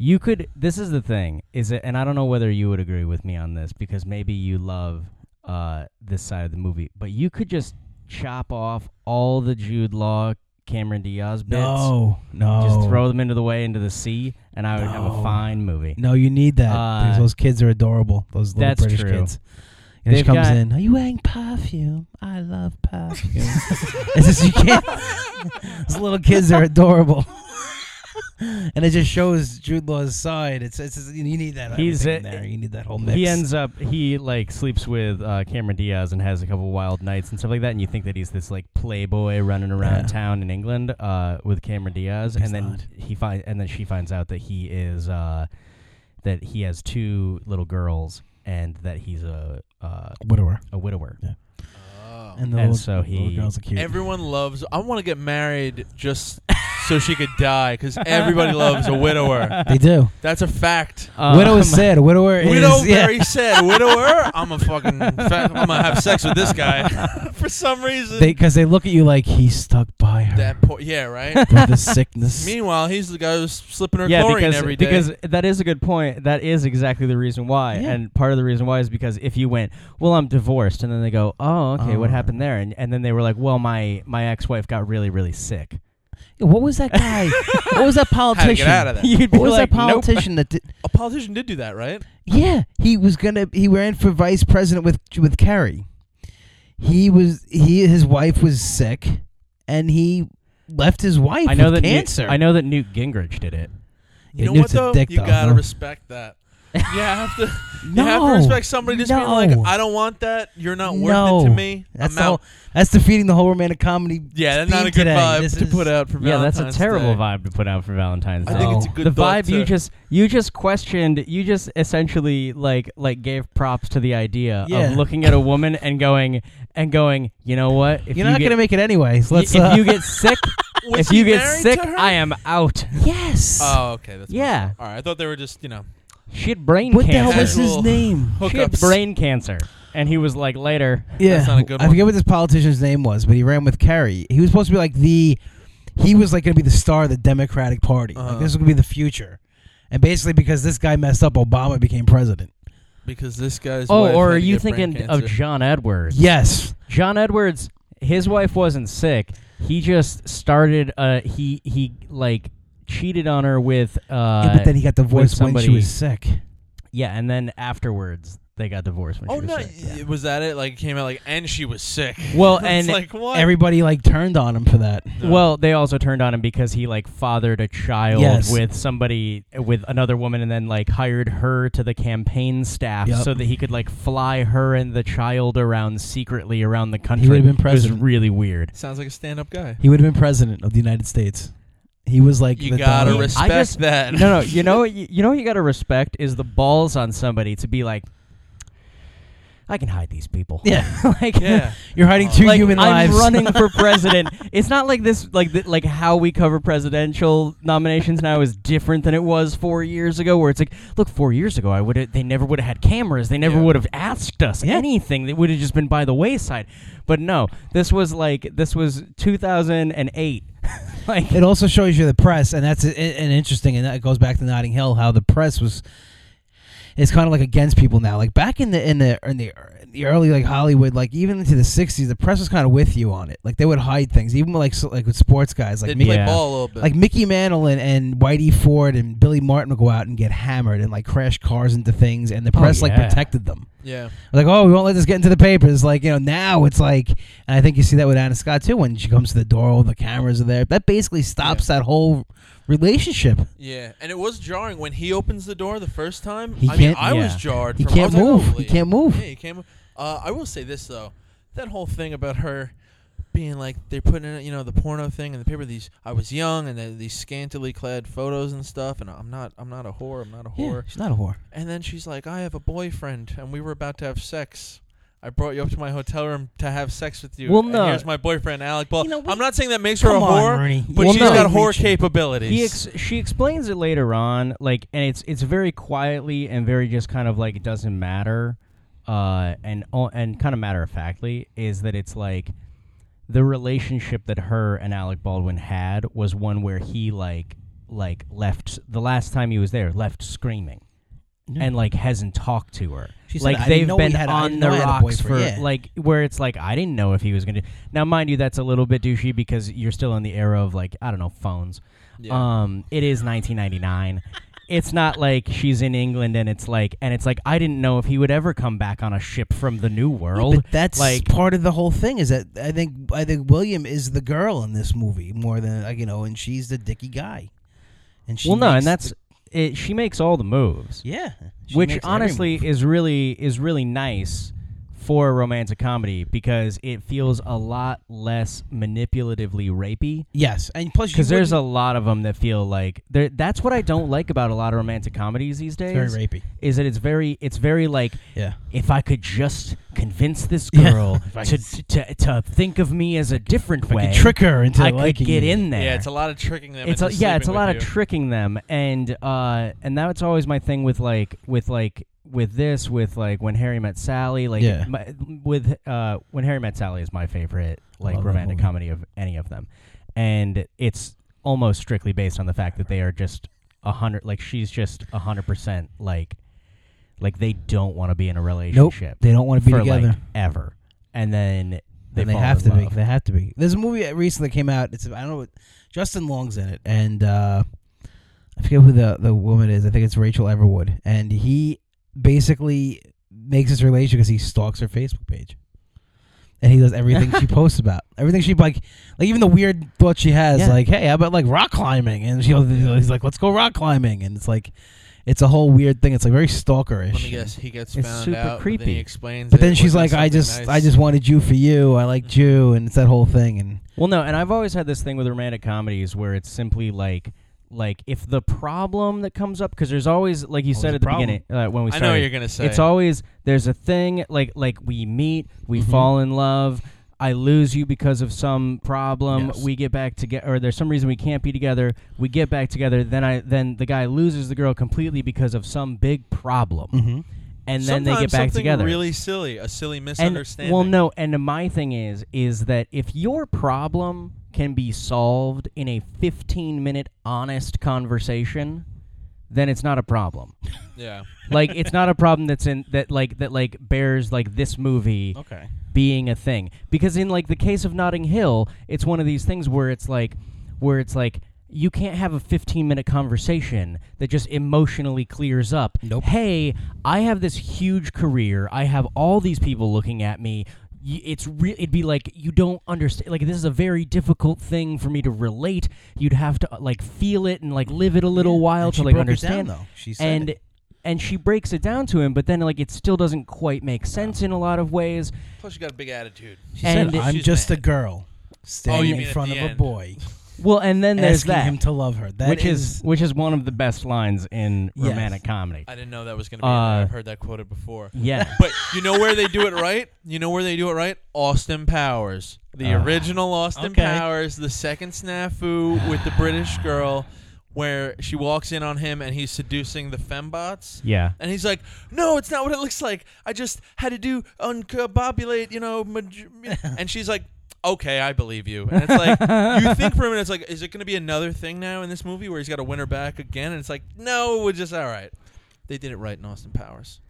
Speaker 3: You could. This is the thing. Is it? And I don't know whether you would agree with me on this because maybe you love uh, this side of the movie, but you could just chop off all the Jude Law, Cameron Diaz bits,
Speaker 4: No, no.
Speaker 3: just throw them into the way into the sea, and I would have a
Speaker 4: No.
Speaker 3: fine movie.
Speaker 4: No, you need that.
Speaker 3: Uh,
Speaker 4: because those kids are adorable. Those little
Speaker 3: that's
Speaker 4: British
Speaker 3: true.
Speaker 4: kids. And she
Speaker 3: They've
Speaker 4: comes
Speaker 3: got-
Speaker 4: in. Are you wearing perfume? I love
Speaker 3: *laughs*
Speaker 4: *laughs* perfume. it's just you can't. those little kids are adorable. *laughs* and it just shows Jude Law's side. It's it's, it's- you need that.
Speaker 3: He's
Speaker 4: He's
Speaker 3: a-
Speaker 4: there. You need that whole mix.
Speaker 3: He ends up he like sleeps with uh, Cameron Diaz and has a couple wild nights and stuff like that. And you think that he's this like playboy running around
Speaker 4: Yeah.
Speaker 3: town in England uh, with Cameron Diaz,
Speaker 4: he's
Speaker 3: and then
Speaker 4: not.
Speaker 3: he find and then she finds out that he is uh, that he has two little girls and that he's a uh,
Speaker 4: widower,
Speaker 3: a widower.
Speaker 4: and the
Speaker 3: And
Speaker 4: little,
Speaker 3: so he-
Speaker 4: little girls are cute.
Speaker 2: Everyone loves. I want to get married just so she could die because everybody loves a
Speaker 3: *laughs*
Speaker 2: widower.
Speaker 4: *laughs* they do.
Speaker 2: That's a fact.
Speaker 4: widow is
Speaker 3: Um,
Speaker 4: sad. Widower
Speaker 2: Widow
Speaker 4: is yeah.
Speaker 2: very sad. Widower, I'm a fucking. Fa- I'm gonna have sex with this guy for some reason.
Speaker 4: because *laughs* they, look at you like he's stuck by her
Speaker 2: that po- yeah, right.
Speaker 4: through
Speaker 2: *laughs*
Speaker 4: the sickness.
Speaker 2: Meanwhile, he's the guy who's slipping her
Speaker 3: yeah,
Speaker 2: chlorine
Speaker 3: because
Speaker 2: every day.
Speaker 3: because that is a good point. That is exactly the reason why,
Speaker 4: Yeah.
Speaker 3: and part of the reason why is because if you went, well, I'm divorced, and then they go, oh, okay, what
Speaker 4: Oh.
Speaker 3: happened there? And and then they were like, well, my my ex wife got really really sick.
Speaker 4: What was that guy? what was that
Speaker 2: How to
Speaker 4: politician?
Speaker 2: get out of that?
Speaker 3: You'd be
Speaker 4: What was
Speaker 3: like,
Speaker 4: that
Speaker 3: nope.
Speaker 4: politician that did?
Speaker 2: A politician did do that, right?
Speaker 4: Yeah, he was gonna. He ran for vice president with with Kerry. He was he his wife was sick, and he left his wife
Speaker 3: I know that
Speaker 4: with
Speaker 3: Newt-
Speaker 4: cancer.
Speaker 3: I know that Newt Gingrich did it.
Speaker 2: You
Speaker 4: Yeah,
Speaker 2: know what
Speaker 4: Newt's a
Speaker 2: though?
Speaker 4: dick,
Speaker 2: you
Speaker 4: though,
Speaker 2: gotta
Speaker 4: huh?
Speaker 2: respect
Speaker 3: *laughs*
Speaker 2: that. You have to.
Speaker 4: No,
Speaker 2: You have to respect somebody just being
Speaker 4: No.
Speaker 2: like, I don't want that. You're not worth it to
Speaker 4: No.
Speaker 2: me.
Speaker 4: That's
Speaker 2: I'm
Speaker 4: the whole,
Speaker 2: out.
Speaker 4: that's defeating the whole romantic comedy.
Speaker 2: Yeah, that's not
Speaker 4: theme
Speaker 2: a good
Speaker 4: today.
Speaker 2: vibe
Speaker 4: This
Speaker 2: to
Speaker 4: is-
Speaker 2: put out for
Speaker 3: Yeah, that's a
Speaker 2: Valentine's
Speaker 3: terrible
Speaker 2: Day.
Speaker 3: vibe to put out for Valentine's
Speaker 2: I
Speaker 3: Day.
Speaker 2: think it's a
Speaker 4: No.
Speaker 2: good
Speaker 3: the
Speaker 2: thought
Speaker 3: vibe you
Speaker 2: to-
Speaker 3: just you just questioned you just essentially like like gave props to the idea
Speaker 4: Yeah.
Speaker 3: of looking at a woman and going and going you know what if
Speaker 4: You're
Speaker 3: you
Speaker 4: not
Speaker 3: get,
Speaker 4: gonna make it anyway. So
Speaker 3: y-
Speaker 4: let's.
Speaker 3: if
Speaker 4: uh,
Speaker 3: you get sick
Speaker 2: Was
Speaker 3: if
Speaker 2: he
Speaker 3: you get
Speaker 2: married
Speaker 3: sick
Speaker 2: to her?
Speaker 3: I am out
Speaker 4: yes.
Speaker 3: Uh,
Speaker 2: Oh, okay. That's
Speaker 3: Yeah.
Speaker 2: All right. I thought they were just you know
Speaker 3: she had brain
Speaker 4: what the
Speaker 3: cancer
Speaker 4: hell was his
Speaker 2: Actual-
Speaker 4: name?
Speaker 3: she had
Speaker 2: hookups.
Speaker 3: brain cancer and he was like later
Speaker 4: Yeah,
Speaker 2: That's not a good
Speaker 4: I forget what this politician's name was, but he ran with Kerry. He was supposed to be like the, he was like going to be the star of the Democratic Party.
Speaker 2: Uh-huh.
Speaker 4: Like this was going to be the future, and basically because this guy messed up, Obama became president.
Speaker 2: because this guy's.
Speaker 3: oh
Speaker 2: wife
Speaker 3: or
Speaker 2: had
Speaker 3: are
Speaker 2: to
Speaker 3: you
Speaker 2: get brain
Speaker 3: thinking of
Speaker 2: cancer.
Speaker 3: John Edwards
Speaker 4: Yes,
Speaker 3: John Edwards, his wife wasn't sick. He just started. Uh, he he like cheated on her with. Uh,
Speaker 4: Yeah, but then he got divorced when she
Speaker 3: somebody-
Speaker 4: was sick.
Speaker 3: yeah, and then afterwards they got divorced when she
Speaker 2: Oh
Speaker 3: was
Speaker 2: no!
Speaker 3: sick.
Speaker 2: y- Was that it? Like it came out like, and she was sick. *laughs*
Speaker 3: Well,
Speaker 2: It's
Speaker 3: and
Speaker 2: like what?
Speaker 4: Everybody like turned on him for that.
Speaker 2: No.
Speaker 3: well, they also turned on him because he like fathered a child
Speaker 4: Yes.
Speaker 3: with somebody with another woman, and then like hired her to the campaign staff
Speaker 4: Yep.
Speaker 3: so that he could like fly her and the child around secretly around the country.
Speaker 4: would've been
Speaker 3: It
Speaker 4: president.
Speaker 3: was really weird.
Speaker 2: sounds like a stand-up guy.
Speaker 4: He would have been president of the United States. He was like
Speaker 2: You
Speaker 4: the
Speaker 2: gotta
Speaker 4: Donald-
Speaker 2: respect
Speaker 3: just-
Speaker 2: that.
Speaker 3: No, no. You know, what you, you know, what you got to respect is the balls on somebody to be like, I can hide these people.
Speaker 4: *laughs* Yeah, *laughs*
Speaker 3: like,
Speaker 2: yeah.
Speaker 4: you're hiding two
Speaker 3: like,
Speaker 4: human
Speaker 3: I'm
Speaker 4: lives.
Speaker 3: running
Speaker 4: *laughs*
Speaker 3: for president. it's not like this, like, th- like how we cover presidential nominations now is different than it was four years ago. Where it's like, look, four years ago, I would have, they never would have had cameras. They never
Speaker 2: Yeah.
Speaker 3: would have asked us
Speaker 4: Yeah.
Speaker 3: anything. They would have just been by the wayside. But no, this was like, this was 2008. *laughs* like,
Speaker 4: it also shows you the press, and that's a, an interesting, and that goes back to Notting Hill, how the press was. It's kind of like against people now. Like back in the in the in the, in the early like Hollywood, like even into the '60s, the press was kind of with you on it. Like they would hide things, even like so, like with sports guys, like
Speaker 2: They'd
Speaker 4: Mickey,
Speaker 2: play
Speaker 3: Yeah.
Speaker 2: ball a little bit.
Speaker 4: like Mickey Mantle and, and Whitey Ford and Billy Martin would go out and get hammered and like crash cars into things, and the
Speaker 3: Oh,
Speaker 4: press
Speaker 3: yeah.
Speaker 4: like protected them.
Speaker 2: yeah.
Speaker 4: Like, oh, we won't let this get into the papers. Like, you know, now it's like, and I think you see that with Anna Scott too. When she comes to the door, all the cameras are there. That basically stops that whole relationship.
Speaker 2: Yeah, and it was jarring when he opens the door the first time.
Speaker 4: He
Speaker 2: I mean,
Speaker 4: can't-
Speaker 2: I was
Speaker 3: yeah.
Speaker 2: jarred.
Speaker 4: He
Speaker 2: from, I
Speaker 4: can't
Speaker 2: was like,
Speaker 4: move.
Speaker 2: "Holy
Speaker 4: He can't move.
Speaker 2: Yeah, you can't. move. Uh, I will say this though, that whole thing about her being like they're putting in, you know, the porno thing in the paper. These I was young and they- these scantily clad photos and stuff. And I'm not, I'm not a whore. I'm not a
Speaker 4: Yeah,
Speaker 2: whore.
Speaker 4: she's not a whore.
Speaker 2: And then she's like, I have a boyfriend, and we were about to have sex. I brought you up to my hotel room to have sex with you.
Speaker 3: Well,
Speaker 2: and
Speaker 3: no.
Speaker 2: here's my boyfriend, Alec Ball.
Speaker 4: You know, we-
Speaker 2: I'm not saying that makes her a whore,
Speaker 4: Ernie.
Speaker 2: but
Speaker 3: Well,
Speaker 2: she's
Speaker 3: no.
Speaker 2: got whore
Speaker 4: Reaching.
Speaker 2: capabilities.
Speaker 3: He ex- she explains it later on, like, and it's it's very quietly and very just kind of like it doesn't matter, uh, and o- and kind of matter of factly is that it's like the relationship that her and Alec Baldwin had was one where he like like left the last time he was there left screaming,
Speaker 4: Yeah.
Speaker 3: and like hasn't talked to her.
Speaker 4: Hmm. She said,
Speaker 3: like
Speaker 4: "I didn't
Speaker 3: they've
Speaker 4: know
Speaker 3: been
Speaker 4: he had a- I
Speaker 3: on
Speaker 4: didn't
Speaker 3: the
Speaker 4: know he had a
Speaker 3: rocks for
Speaker 4: boyfriend." Yeah.
Speaker 3: like where it's like I didn't know if he was gonna. Now, mind you, that's a little bit douchey because you're still in the era of like I don't know phones.
Speaker 2: Yeah.
Speaker 3: Um, it is 1999. it's not like she's in England and it's like and it's like I didn't know if he would ever come back on a ship from the New World.
Speaker 4: But that's
Speaker 3: like
Speaker 4: part of the whole thing. Is that I think I think William is the girl in this movie more than like, you know, and she's the dicky guy. And she
Speaker 3: well, no,
Speaker 4: makes
Speaker 3: and that's
Speaker 4: the-
Speaker 3: it, she makes all the moves,
Speaker 4: yeah. she
Speaker 3: which
Speaker 4: makes every
Speaker 3: honestly
Speaker 4: move.
Speaker 3: is really is really nice for a romantic comedy because it feels a lot less manipulatively rapey.
Speaker 4: yes, and plus you
Speaker 3: Because there's a
Speaker 4: wouldn't-
Speaker 3: lot of them that feel like they're- that's what I don't like about a lot of romantic comedies these days.
Speaker 4: very rapey.
Speaker 3: Is that it's very it's very like
Speaker 4: Yeah,
Speaker 3: if I could just convince this
Speaker 4: Yeah.
Speaker 3: girl
Speaker 4: If I
Speaker 3: to,
Speaker 4: could s-
Speaker 3: to to think of me as a different
Speaker 4: if
Speaker 3: way,
Speaker 4: I could trick her into
Speaker 3: I could
Speaker 4: liking
Speaker 3: get
Speaker 4: you.
Speaker 3: in there.
Speaker 2: Yeah, it's a lot of tricking them.
Speaker 3: It's a,
Speaker 2: into
Speaker 3: yeah, it's a
Speaker 2: sleeping
Speaker 3: lot
Speaker 2: with
Speaker 3: of
Speaker 2: you.
Speaker 3: tricking them, and uh, and that's always my thing with like with like with this with like when Harry met Sally, like
Speaker 4: Yeah.
Speaker 3: my, with uh, when Harry met Sally is my favorite like
Speaker 4: Love that
Speaker 3: romantic
Speaker 4: movie.
Speaker 3: comedy of any of them, and it's almost strictly based on the fact that they are just a hundred like she's just a hundred percent like like they don't want to be in a
Speaker 4: Nope,
Speaker 3: relationship
Speaker 4: they don't want to be
Speaker 3: for
Speaker 4: together.
Speaker 3: like ever, and then they,
Speaker 4: Then they
Speaker 3: fall
Speaker 4: have
Speaker 3: in
Speaker 4: to
Speaker 3: love.
Speaker 4: be. They have to be. There's a movie that recently came out. It's I don't know. What, Justin Long's in it, and uh, I forget who the the woman is. I think it's Rachel Everwood, and he basically makes this relation because he stalks her Facebook page, and he does everything
Speaker 2: *laughs*
Speaker 4: she posts about. Everything she like, like even the weird thoughts she has,
Speaker 3: Yeah.
Speaker 4: like, hey, how about like rock climbing? And she, he's like, let's go rock climbing, and it's like, it's a whole weird thing. It's like very stalkerish.
Speaker 2: Let me guess. He gets
Speaker 3: It's
Speaker 2: found
Speaker 3: super
Speaker 2: out. But then
Speaker 3: creepy.
Speaker 2: he explains. it
Speaker 4: But then she's
Speaker 2: wasn't
Speaker 4: like, I
Speaker 2: something
Speaker 4: just,
Speaker 2: nice." Mm-hmm.
Speaker 4: I just wanted you for you. I liked you, and it's that whole thing. And
Speaker 3: Well, no, and I've always had this thing with romantic comedies where it's simply like, like if the problem that comes up, because there's always, like
Speaker 2: Oh,
Speaker 3: you said
Speaker 4: Always a
Speaker 3: at the
Speaker 4: problem.
Speaker 3: beginning uh, when
Speaker 2: I
Speaker 3: we started,
Speaker 2: know what you're gonna say.
Speaker 3: it's always there's a thing like like we meet, we
Speaker 2: Mm-hmm.
Speaker 3: fall in love. I lose you because of some problem.
Speaker 2: Yes.
Speaker 3: We get back together, or there's some reason we can't be together. We get back together. Then I, then the guy loses the girl completely because of some big problem,
Speaker 2: Mm-hmm.
Speaker 3: and then they get
Speaker 2: Sometimes
Speaker 3: back
Speaker 2: something
Speaker 3: together.
Speaker 2: Really silly, a silly
Speaker 3: And
Speaker 2: misunderstanding.
Speaker 3: well, no, and my thing is, is that if your problem can be solved in a 15 minute honest conversation, then it's not a problem.
Speaker 2: Yeah.
Speaker 3: like it's not a problem that's in that like that like bears like this movie
Speaker 4: okay,
Speaker 3: being a thing because in like the case of Notting Hill, it's one of these things where it's like where it's like you can't have a 15 minute conversation that just emotionally clears up.
Speaker 4: Nope.
Speaker 3: Hey, I have this huge career. I have all these people looking at me. Y- It's re- it'd be like you don't understand. Like this is a very difficult thing for me to relate. You'd have to uh, like feel it and like live it a little while
Speaker 4: And
Speaker 3: to
Speaker 4: she
Speaker 3: like
Speaker 4: broke it down,
Speaker 3: understand
Speaker 4: though. She said
Speaker 3: and
Speaker 4: it.
Speaker 3: and she breaks it down to him, but then like it still doesn't quite make sense in a lot of ways.
Speaker 2: Plus, you got a big attitude.
Speaker 4: She said,
Speaker 3: and it-
Speaker 4: "I'm
Speaker 2: she's
Speaker 4: just
Speaker 2: mad. Oh,
Speaker 4: a girl standing
Speaker 2: mean
Speaker 4: in
Speaker 2: at
Speaker 4: front
Speaker 2: the
Speaker 4: of a
Speaker 2: end.
Speaker 4: boy,
Speaker 3: Well, and then there's
Speaker 4: asking
Speaker 3: that,
Speaker 4: him to love her." That
Speaker 3: which is, which is one of the best lines in
Speaker 4: Yes.
Speaker 3: romantic
Speaker 4: *laughs*
Speaker 3: comedy.
Speaker 2: I didn't know that was going to be. in
Speaker 3: Uh,
Speaker 2: there. I've heard that quoted before.
Speaker 3: yeah,
Speaker 2: But you know where they do it right? You know where they do it right? Austin Powers. The
Speaker 3: Ah.
Speaker 2: original Austin
Speaker 4: Okay.
Speaker 2: Powers, the second snafu with the British girl, where she walks in on him and he's seducing the fembots.
Speaker 3: yeah.
Speaker 2: And he's like, "No, it's not what it looks like. I just had to do uncombobulate, you know."
Speaker 3: *laughs*
Speaker 2: maj- And she's like, "Okay, I believe you." And it's like, you think for a minute, it's like, is it going to be another thing now in this movie where he's got to win her back again? And it's like, no, we're just all right. They did it right in Austin Powers.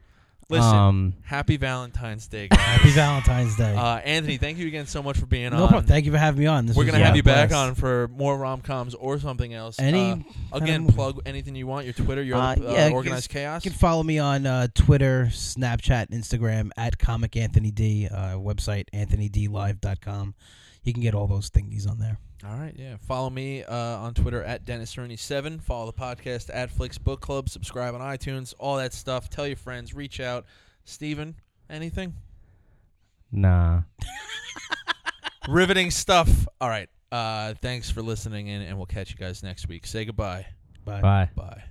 Speaker 2: Listen,
Speaker 3: Um,
Speaker 2: happy Valentine's Day,
Speaker 4: *laughs*
Speaker 2: guys.
Speaker 4: Happy Valentine's Day.
Speaker 2: uh, Anthony, thank you again so much for being
Speaker 4: no
Speaker 2: on.
Speaker 4: problem. Thank you for having me on. This
Speaker 2: We're
Speaker 4: was
Speaker 2: gonna
Speaker 4: a
Speaker 2: have you back
Speaker 4: blast.
Speaker 2: on for more rom coms or something else.
Speaker 4: Any
Speaker 2: Uh,
Speaker 4: kind of
Speaker 2: again,
Speaker 4: movie.
Speaker 2: plug anything you want. Your Twitter, your
Speaker 4: Uh,
Speaker 2: other, uh,
Speaker 4: yeah, I
Speaker 2: organized chaos.
Speaker 4: You can follow me on uh, Twitter, Snapchat, Instagram at Comic Anthony D. Uh, website AnthonyDLive.com. You can get all those thingies on there.
Speaker 2: All right, yeah. Follow me uh, on Twitter at Dennis Rooney7. Follow the podcast at Flicks Book Club. Subscribe on iTunes, all that stuff. Tell your friends, reach out. Steven, anything?
Speaker 3: nah.
Speaker 2: Riveting stuff. All right. Uh, thanks for listening, and, and we'll catch you guys next week. Say goodbye.
Speaker 3: Bye.
Speaker 2: Bye.